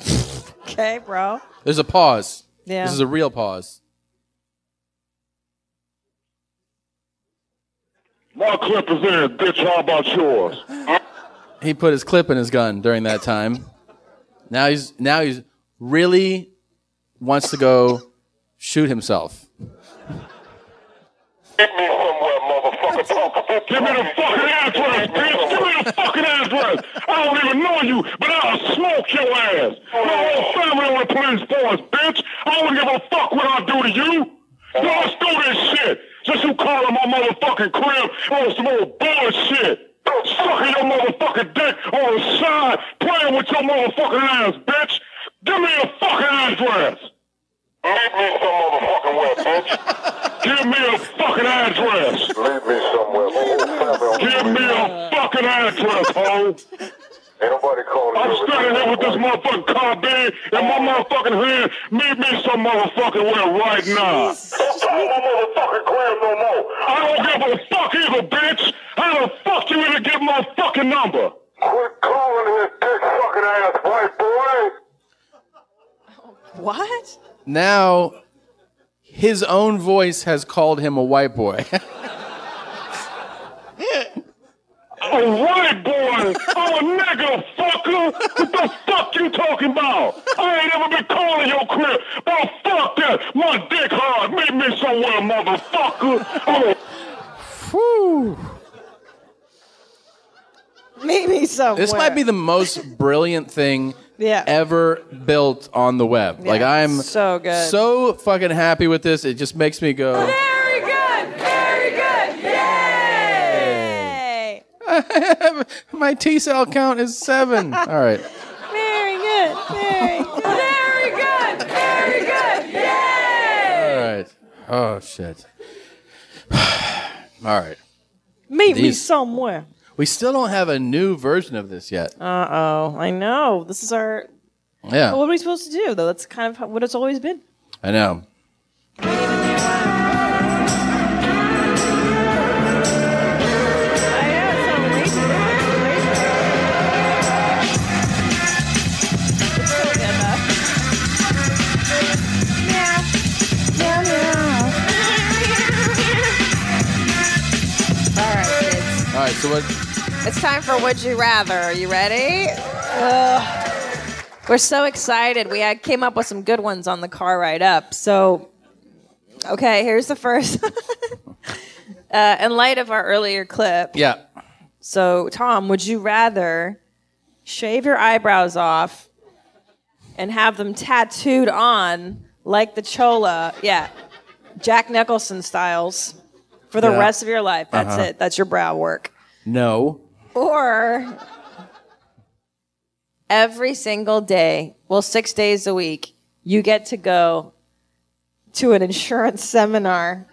somewhere.
Okay, bro.
There's a pause.
Yeah.
This is a real pause.
My clip is in, bitch. How about yours?
He put his clip in his gun during that time. Now he's now he's really wants to go shoot himself.
Meet me somewhere, motherfucker. motherfucker. Give me the fucking address, bitch. Give me the fucking address. I don't even know you, but I'll smoke your ass. My whole family on the police force, bitch. I don't give a fuck what I do to you. Y'all do this shit. Just you calling my motherfucking crib on some old bullshit. Sucking your motherfucking dick on the side, playing with your motherfucking ass, bitch. Give me a fucking address. Meet me some motherfucking where, bitch. Give me a fucking address. Meet me somewhere. Give me a fucking address, hoe. Ain't nobody calling I'm standing here with this motherfucking carbine in my motherfucking hand. Meet me some motherfucking where right now. Don't call my motherfucking crib no more. I don't give a fuck either, bitch. How the fuck you gonna get my fucking number? Quit calling his dick fucking ass, white boy.
What?
Now, his own voice has called him a white boy.
A white boy. I'm a nigga, fucker. What the fuck you talking about? I ain't ever been calling your crib. But fuck that. My dick hard. Meet me somewhere, motherfucker. I'm a
Whew. Maybe somewhere.
This might be the most brilliant thing
Yeah.
ever built on the web. like
Yeah,
I'm
so good.
so fucking happy with this. It just makes me go.
Very good. Very good. Yay!
My T cell count is seven. All right.
Very good. Very good. very good. Very good. Yay!
All right. Oh shit. All right.
Meet me
These-
somewhere.
We still don't have a new version of this yet.
Uh oh, I know. This is our.
Yeah.
What are we supposed to do though? That's kind of how- what it's always been.
I know.
All right, kids.
All right. So what?
It's time for Would You Rather. Are you ready? Ugh. we're so excited. We had, came up with some good ones on the car ride up. So, okay, here's the first. uh, in light of our earlier clip,
Yeah.
so Tom, would you rather shave your eyebrows off and have them tattooed on like the Chola? Yeah, Jack Nicholson styles for the
Yeah.
rest of your life. That's
Uh-huh.
it. That's your brow work.
No.
Or every single day, well, six days a week, you get to go to an insurance seminar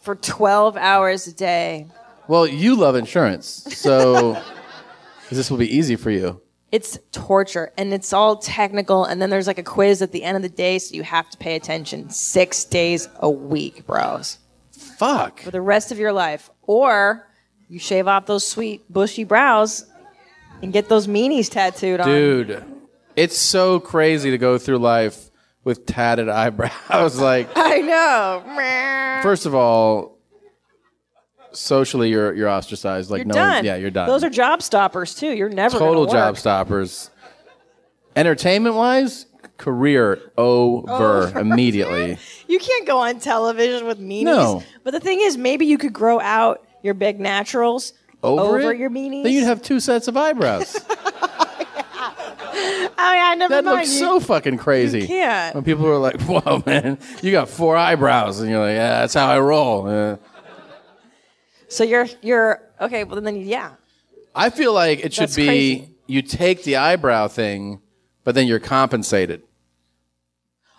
for 12 hours a day.
Well, you love insurance, so this will be easy for you.
It's torture and it's all technical. And then there's like a quiz at the end of the day, so you have to pay attention six days a week, bros.
Fuck.
For the rest of your life. Or you shave off those sweet, bushy brows and get those meanies tattooed on.
Dude, it's so crazy to go through life with tatted eyebrows. like,
I know.
first of all, socially you're you're ostracized. Like,
you're
no, one-
done.
yeah, you're done.
Those are job stoppers too. You're never gonna
total
work.
job stoppers. Entertainment wise, career over
Over.
immediately.
You can't go on television with meanies.
No.
But the thing is, maybe you could grow out your big naturals
Over, it?
your meanies.
Then you'd have two sets of eyebrows.
oh yeah, never
that
mind.
looks
You-
so fucking crazy.
you can't.
When people are like, "Whoa, man, you got four eyebrows," and you're like, "Yeah, that's how I roll." Uh,
So you're you're okay. Well then, yeah.
I feel like it should
That's
be
crazy.
you take the eyebrow thing, but then you're compensated.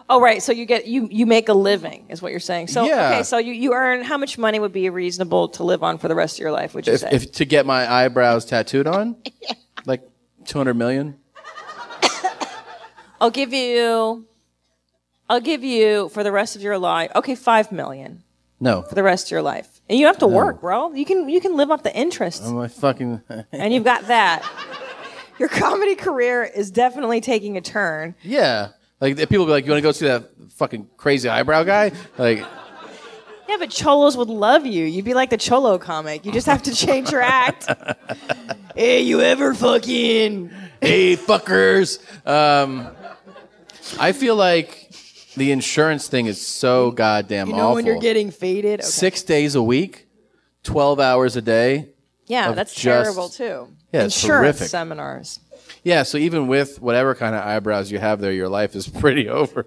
Oh right. So you get you you make a living is what you're saying. So
Yeah.
okay. So you you earn how much money would be reasonable to live on for the rest of your life? Would you
If,
say?
if to get my eyebrows tattooed on, like 200 million.
I'll give you. I'll give you for the rest of your life. Okay, five million
No,
for the rest of your life, and you don't have to
No.
work, bro. You can you can live off the interest.
I'm like fucking.
and you've got that. Your comedy career is definitely taking a turn.
yeah, like the people be like, "You want to go see that fucking crazy eyebrow guy?" Like,
Yeah, but cholos would love you. You'd be like the cholo comic. You just have to change your act. hey, you ever fucking?
hey fuckers um i feel like the insurance thing is so goddamn
You know
awful
when you're getting faded. Okay.
six days a week 12 hours a day.
Yeah,
of
that's
just-
terrible too.
Yeah, it's
Insurance um,
horrific.
seminars.
Yeah, so even with whatever kind of eyebrows you have there, your life is pretty over.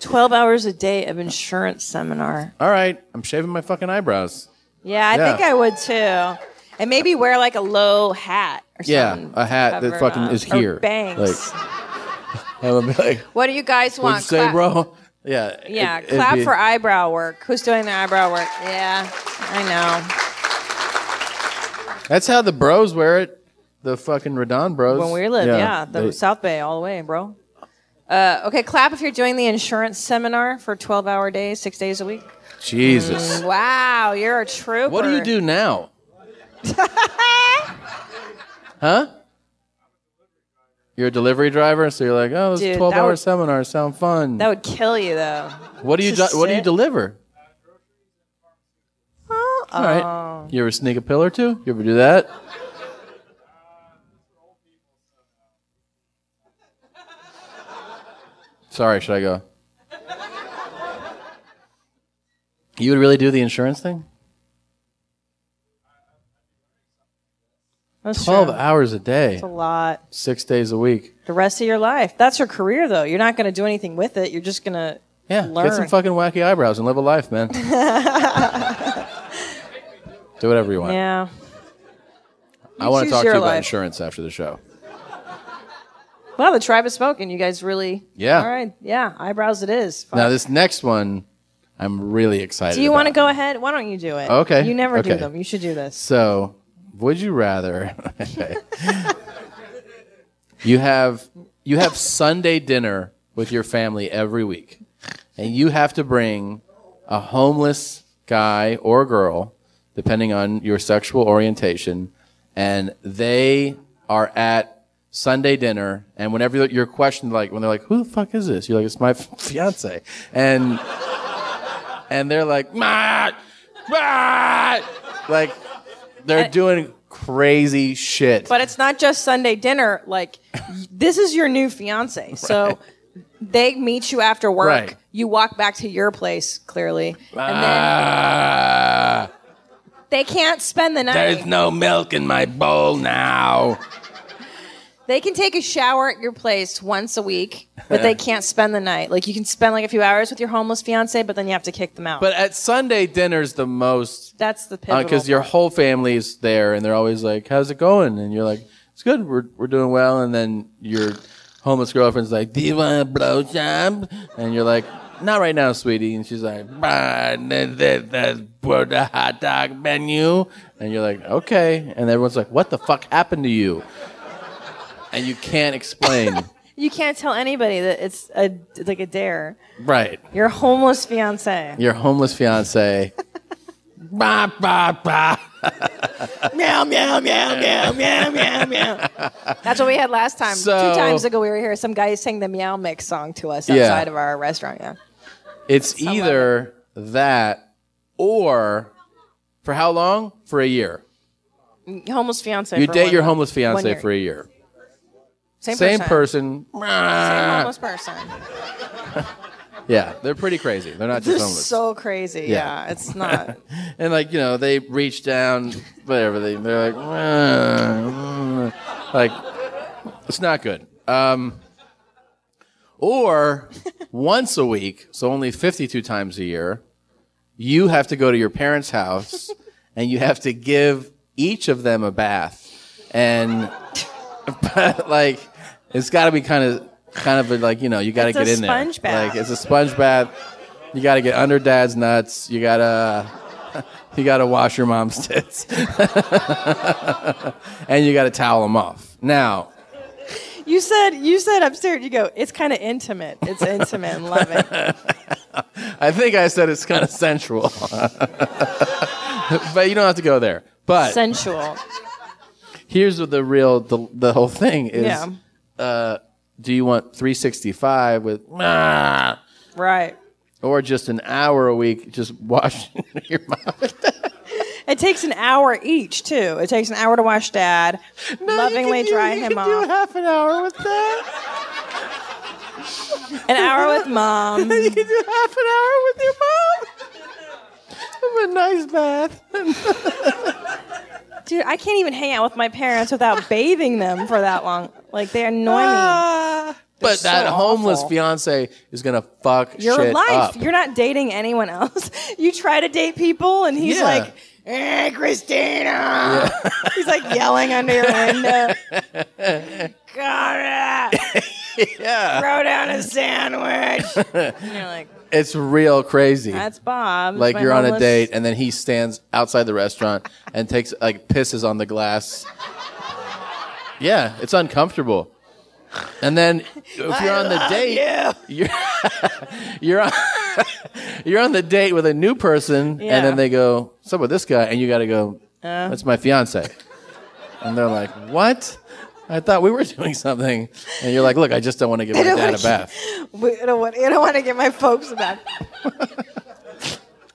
12 hours a day of insurance seminar.
All right, I'm shaving my fucking eyebrows.
Yeah, I
Yeah.
think I would too. And maybe wear like a low hat or
Yeah,
something.
a hat
cover
that
it
fucking
up.
is
Or
here.
bangs.
Like, I would be like,
What do you guys
what'd
want?
you say,
Clap-
bro? Yeah.
Yeah,
it- it'd
clap
be-
for eyebrow work. Who's doing the eyebrow work? Yeah, I
That's how the bros wear it. The fucking Radon
know.
bros.
When we lived, yeah, the
they-
South Bay all the way, bro. Uh, okay, clap if you're doing the insurance seminar for 12 hour days, six days a week.
Jesus.
Mm, wow, you're a trooper.
What do you do now? huh? You're a delivery driver, so you're like, oh,
Dude,
this 12
that
hour
would-
seminar sound fun.
That would kill you though.
what do you
Just
do- What do you
sit.
deliver? All
Um, Oh.
right. You ever sneak a pill or two? You ever do that? Sorry, should I go? You would really do the insurance thing?
That's
12
true.
hours a day.
That's a lot.
Six days a week.
The rest of your life. That's your career though. You're not going to do anything with it. You're just going to
Yeah,
learn.
get some fucking wacky eyebrows and live a life, man. do whatever you want.
yeah.
I
You
want to
choose
talk to you
your
about
life.
insurance after the show.
Well, the tribe is spoken. You guys really.
Yeah.
All right. Yeah. Eyebrows. It is. Fuck.
Now, this next one, I'm really excited
do you
about.
want to go ahead? Why don't you do it?
Okay.
You never do
okay.
them. You should do this.
So, would you rather? you have you have Sunday dinner with your family every week, and you have to bring a homeless guy or girl, depending on your sexual orientation, and they are at Sunday dinner, and whenever you're questioned, like when they're like, "Who the fuck is this?" You're like, "It's my fiance," and and they're like, "Matt, Matt," like they're doing crazy shit.
But it's not just Sunday dinner. Like, y- this is your new fiance. So they meet you after work.
Right.
You walk back to your place, clearly.
Ah,
They can't spend the night.
there's no milk in my bowl now.
They can take a shower at your place once a week, but they can't spend the night. Like, you can spend like a few hours with your homeless fiance, but then you have to kick them out.
But at Sunday dinner's the most
That's the pivotal.
because Uh, your whole family's there and they're always like, "How's it going?" And you're like, "It's good. We're we're doing well." And then your homeless girlfriend's like, "Do you want a blowjob?" And you're like, "Not right now, sweetie." And she's like, "Bah, nah, nah, nah, bro, the hot dog menu." And you're like, "Okay." And everyone's like, "What the fuck happened to you?" And you can't explain.
you can't tell anybody that it's a it's like a dare.
right.
Your homeless fiance.
Your homeless fiance. bah, bah, bah.
meow meow meow meow meow meow meow. That's what we had last time.
So-
Two times ago, we were here. Some guy sang the meow mix song to us
Yeah.
outside of our restaurant. Yeah.
It's either that or for how long? For a year.
Mm, Homeless fiance.
you
for
date
one
your
month.
homeless
One
fiance
year.
for a year.
Same
person.
Same homeless person.
yeah, they're pretty crazy. They're not
This
just
is
homeless.
so crazy. Yeah, it's not.
and like you know, they reach down, whatever they they're like, "Meh, meh," like it's not good. Um, or once a week, so only fifty-two times a year, you have to go to your parents' house and you have to give each of them a bath, and but like it's got to be kind of kind of like you know you got to
It's a
get in there.
sponge bath.
Like it's a sponge bath. You got to get under dad's nuts. You gotta you gotta wash your mom's tits, and you gotta towel them off. Now,
You said you said upstairs. You go. It's kind of intimate. It's intimate. and love it.
I think I said it's kind of sensual, but you don't have to go there. But
sensual.
here's what the real the, the whole thing is.
Yeah.
Uh, do you want 365 with "Ah,"
Right.
or just an hour a week just washing your mouth?
It takes an hour each too. It takes an hour to wash dad. lovingly
can do-
dry
you
him
can
off.
do
half an hour with that.
An hour with mom.
And then you can do half an hour with your mom. Have a nice bath.
Dude, I can't even hang out with my parents without bathing them for that long. Like they annoy me.
Ah.
But
so
that homeless
awful.
fiance is gonna fuck
Your
shit
life,
up.
you're not dating anyone else. You try to date people, and he's
Yeah.
like, "Eh, Christina." He's like yelling under your window. Cara,
yeah.
throw down a sandwich.
it's real crazy.
That's Bob.
like
my
you're on a
homeless-
date, and then he stands outside the restaurant and takes like pisses on the glass. Yeah, it's uncomfortable. And then if you're
I
on the
love
date, you. are you're on, you're on the date with a new person,
Yeah.
and then they go, "What's up with this guy?" And you got to go,
Uh.
"That's my fiance," and they're like, "What?" I thought we were doing something, and you're like, "Look, I just don't want to give my
I don't
dad
wanna
a bath."
Wait, I don't want. I don't want to get my folks back.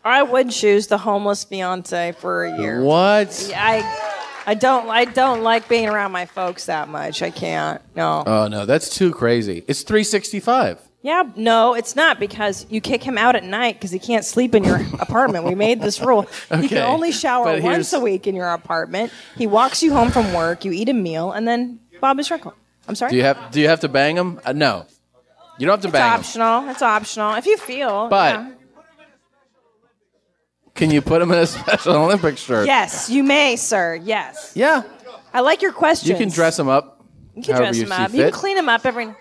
I would choose the homeless fiance for a year.
What?
Yeah, I, I don't. I don't like being around my folks that much. I can't. No.
Oh no, that's too crazy. It's 365.
Yeah. No, it's not because you kick him out at night because he can't sleep in your apartment. We made this rule. He
Okay,
can only
but
shower
here's-
once a week in your apartment. He walks you home from work. You eat a meal, and then Bob is wrinkled. I'm sorry.
Do you have do you have to bang him? Uh, no, you don't have to
It's
bang him.
optional. It's optional. If you feel.
But-
yeah.
Can you put him in a Special Olympic shirt?
Yes, you may, sir. Yes.
Yeah.
I like your questions.
You can dress him up.
You can
however
dress
you
him
see
up. You can
fit.
clean him up every.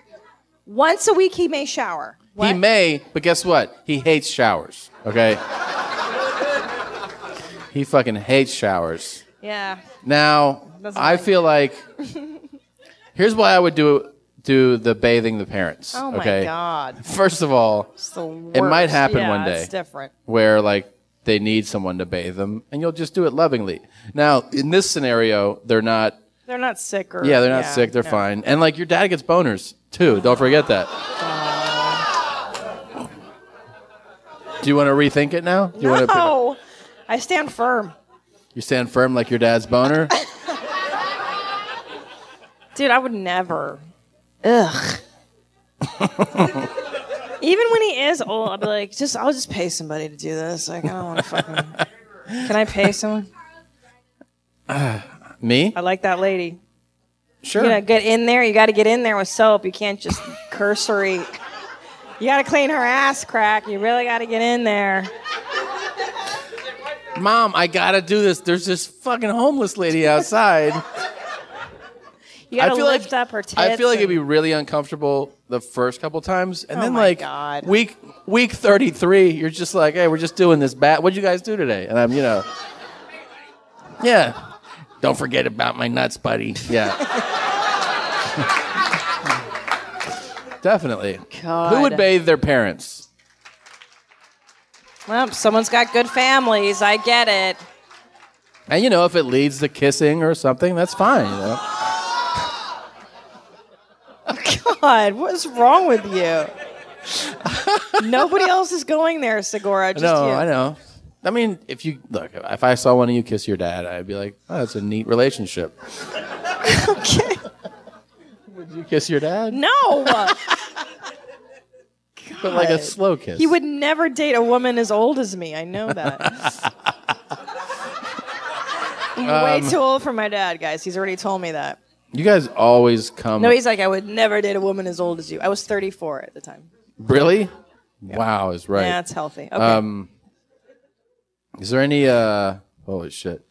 Once a week, he may shower.
He may, but guess what? He hates showers. Okay. he fucking hates showers.
Yeah.
Now,
Doesn't
I feel like here's why I would do do the bathing the parents.
Oh my
okay?
God.
First of all,
It's the
it might
worst.
happen
Yeah,
one day.
It's different.
Where like they need someone to bathe them, and you'll just do it lovingly. Now, in this scenario, they're not.
They're not sick or.
Yeah, they're not sick. They're
no.
fine. And like your dad gets boners too. Don't forget that. Do you want to rethink it now? Do you want to
No, I stand firm,
you stand firm like your dad's boner?
dude. I would never. Ugh. Even when he is old, I'll be like, just I'll just pay somebody to do this. Like I don't want to fucking. Can I pay someone?
Me?
I like that lady.
Sure.
You gotta get in there. You gotta get in there with soap. You can't just cursory. You gotta clean her ass crack. You really gotta get in there.
Mom, I gotta do this. There's this fucking homeless lady outside.
You gotta
I feel
lift
like,
up her tits.
I feel like it'd
and-
be really uncomfortable the first couple times, and
Oh
then
my
like
God.
week week thirty three, you're just like, hey, we're just doing this bat. What'd you guys do today? And I'm, you know, yeah. Don't forget about my nuts, buddy. Yeah. Definitely.
God.
Who would bathe their parents?
Well, someone's got good families. I get it.
And you know, if it leads to kissing or something, that's fine. You know.
God, what is wrong with you? Nobody else is going there, Segura. Just
no,
you.
I know. I mean, if you look, if I saw one of you kiss your dad, I'd be like, oh, that's a neat relationship.
okay.
Would you kiss your dad?
No.
But like a
God.
slow kiss.
He would never date a woman as old as me. I know that. I'm
Um,
way too old for my dad, guys. He's already told me that.
You guys always come.
no, he's like, I would never date a woman as old as you. I was 34 at the time.
really. Wow, is right.
Yeah, it's healthy. Okay.
Um, is there any? uh Holy shit!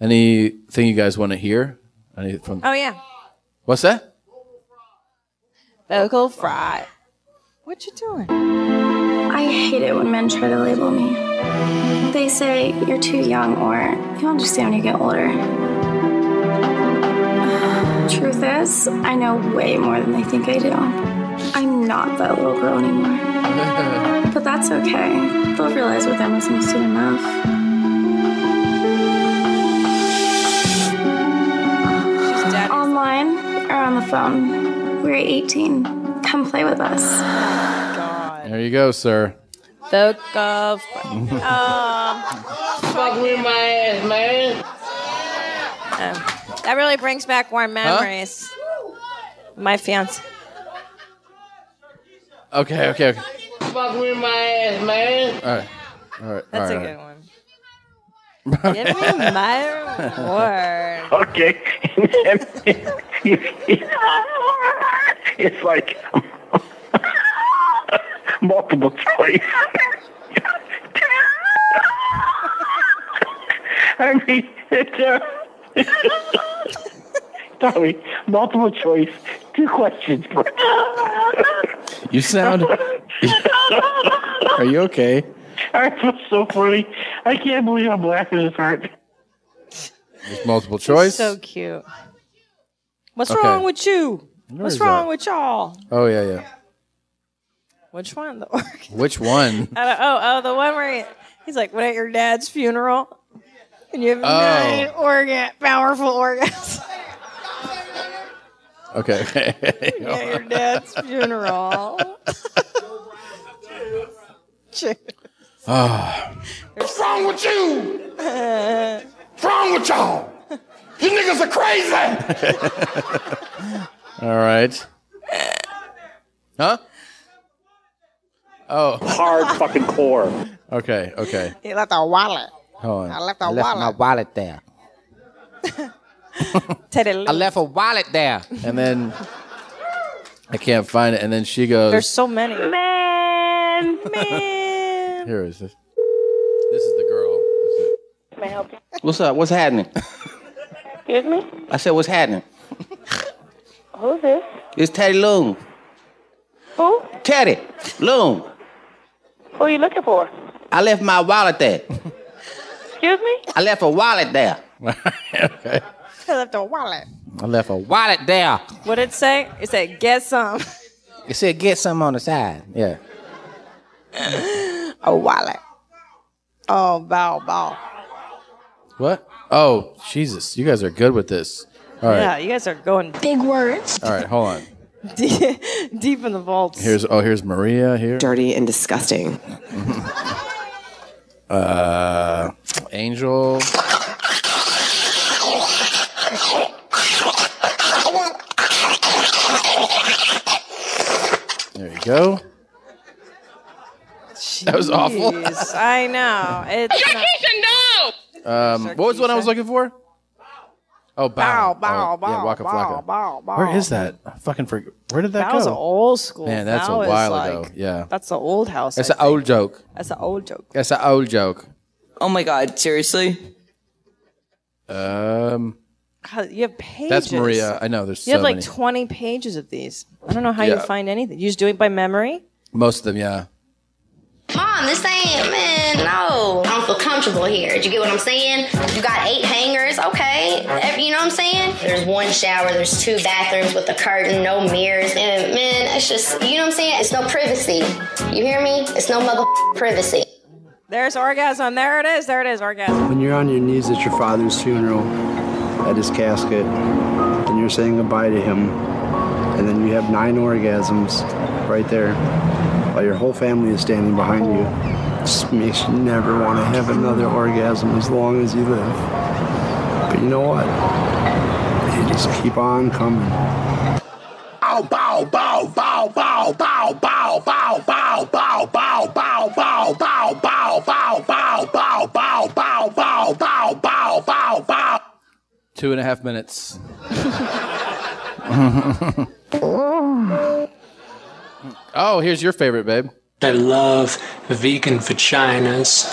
Anything you guys want to hear? Any from?
Oh yeah,
What's that?
vocal fry. What you doing?
I hate it when men try to label me. They say you're too young or you'll understand when you get older. Truth is, I know way more than they think I do. I'm not that little girl anymore. But that's okay. They'll realize what that was soon enough. Online or on the phone. We're 18. Come play with us.
There you go, sir.
Vocal fry.
Fuck with my ass, man.
Oh. That really brings back warm memories. My fiance.
Okay, okay, okay.
Fuck with my ass, man.
All right, all right.
That's
all
a
right,
good
all right.
one. Give me my reward.
Okay. it's like multiple choice. I mean, it's uh, sorry, multiple choice, two questions.
You sound. Are you okay?
I feel so funny. I can't believe I'm laughing this hard.
There's multiple choice.
So cute. What's
Okay.
wrong with you?
Where
What's
is
wrong
that?
with y'all?
Oh yeah, yeah.
Which one? The orc?
Which one?
I don't- oh, oh, the one where he- he's like, "What at your dad's funeral?" And you have
Oh.
nine organ, powerful organs
Okay.
at your dad's funeral.
Ah.
What's wrong with you? What's wrong with y'all? You niggas are crazy.
All right. Huh? Oh.
Hard fucking core.
Okay. Okay.
he left a wallet.
Hold on.
I left a I left wallet. my
wallet there.
Teddy Lou.
a wallet there. And then I can't find it. And then she goes.
There's so many. Man,
Here is this. This is the girl. This is it.
May I help you?
What's up? What's happening?
Excuse me?
I said, what's happening?
Who's this?
It's Teddy Loom.
Who?
Teddy Loom.
Who are you looking for?
I left my wallet there.
Excuse me?
I left a wallet there. okay.
I left a wallet.
I left a wallet there.
What did it say? It said, "Get some."
It said, get some on the side. Yeah.
a wallet. Oh, bow, bow.
What? Oh, Jesus. You guys are good with this. All right.
Yeah, you guys are going big words.
All right. Hold on.
deep, deep in the vaults.
Here's oh here's Maria here.
Dirty and disgusting.
Uh, Angel. There you go. That was awful.
Jeez, I know. It's not-
Um, what was the one I was looking for? Oh, bow,
Bow,
Oh,
bow,
yeah, Waka
bow,
Flocka.
bow, bow.
Where is that? I fucking for Where did that
That
go?
was old school.
Man, that's
Now
a
it's
while
like-
ago. Yeah,
That's the old house.
that's
I
an old joke.
think. That's an old joke.
That's an old joke.
Oh my god, seriously?
Um,
God, you have pages.
that's Maria. I know. There's
You
so
have like
many.
20 pages of these. I don't know how you
Yeah.
find anything. You just do it by memory?
Most of them, yeah.
Mom, this ain't, man, no. I don't feel comfortable here. Do you get what I'm saying? You got eight hangers, okay. Ev- You know what I'm saying? There's one shower, there's two bathrooms with a curtain, no mirrors. And man, it's just, you know what I'm saying? It's no privacy. You hear me? It's no mother privacy.
There's orgasm. There it is. There it is. Orgasm.
When you're on your knees at your father's funeral, at his casket, and you're saying goodbye to him, and then you have nine orgasms right there while your whole family is standing behind you, just makes you never want to have another orgasm as long as you live. But you know what? They just keep on coming.
Ow, bow, bow, bow, bow, bow, bow, bow, bow, bow, bow, bow, bow, bow, bow, bow, bow, bow, bow, bow, bow, bow, bow, bow, bow.
Two and a half minutes. oh, here's your favorite, babe.
I love vegan vaginas.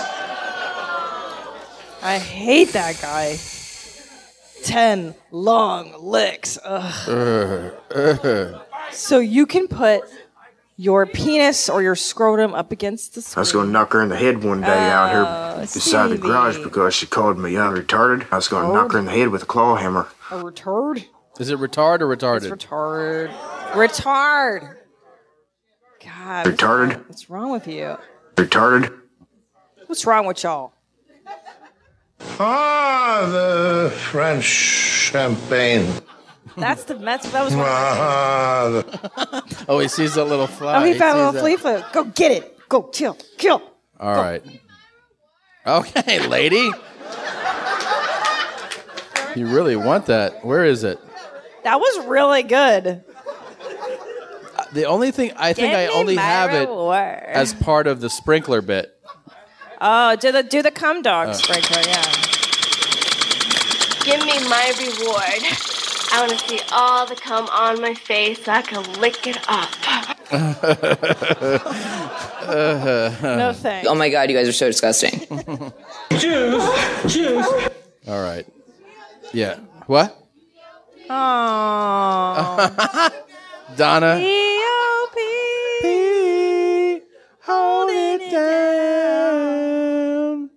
I hate that guy. 10 long licks. Ugh. So you can put your penis or your scrotum up against the
I was gonna knock her in the head one day out here beside the garage because she called me uh, retarded. I was gonna knock her in the head with a claw hammer.
A retard?
Is it retard or
It's
retarded?
retard. Retard. God. what's-
Retarded.
What's wrong with you?
Retarded.
What's wrong with y'all?
Ah, the French champagne.
That's the that's that was one.
Ah, the-
oh, he sees that little fly.
oh, he found a little
sees
flea flu. Go get it. Go kill. Kill.
that. All right. Okay, lady. you really want that? Where is it?
That was really good.
The only thing I think
Give
I
me
only
my
have
reward.
it as part of the sprinkler bit.
Oh, do the do the cum dog
Uh.
sprinkler, yeah.
Give me my reward. I want to see all the cum on my face so I can lick it up.
no
thanks.
Oh my god, you guys are so disgusting.
Juice, juice.
All right. Yeah. What?
Oh.
Donna.
P.O.P.
Hold it down.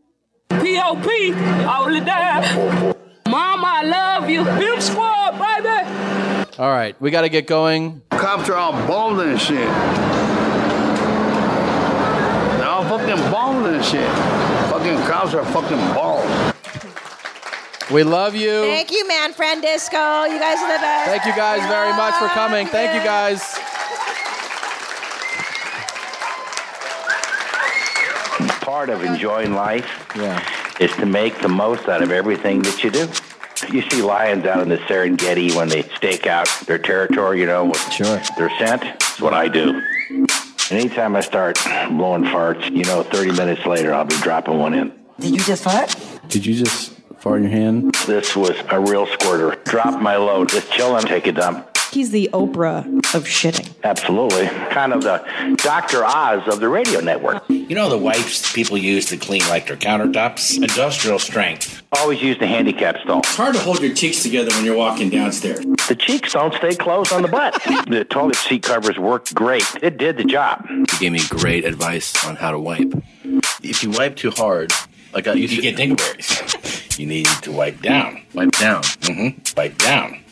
P.O.P. Hold it down. Mama, I love you. Pimp squad, baby.
All right, we got to get going.
Cops are all bald and shit. They're all fucking bald and shit. Fucking cops are fucking bald.
We love you.
Thank you, man friend disco. You guys are the best.
Thank you guys very much for coming. Thank you guys.
part of enjoying life is to make the most out of everything that you do. You see lions out in the Serengeti when they stake out their territory, you know, with sure. their scent. That's what I do. And anytime I start blowing farts, you know, 30 minutes later, I'll be dropping one in.
Did you just fart? Did you just fart in your hand?
This was a real squirter. Drop my load, just chilling, take a dump.
He's the Oprah of shitting.
Absolutely. Kind of the Dr. Oz of the radio network. You know the wipes people use to clean like their countertops? Industrial strength. Always use the handicap stall. It's hard to hold your cheeks together when you're walking downstairs. The cheeks don't stay closed on the butt. the toilet seat covers worked great. It did the job. You gave me great advice on how to wipe. If you wipe too hard, like I used you to get dingleberries. You need to wipe down. Wipe down. Mm-hmm. Wipe down.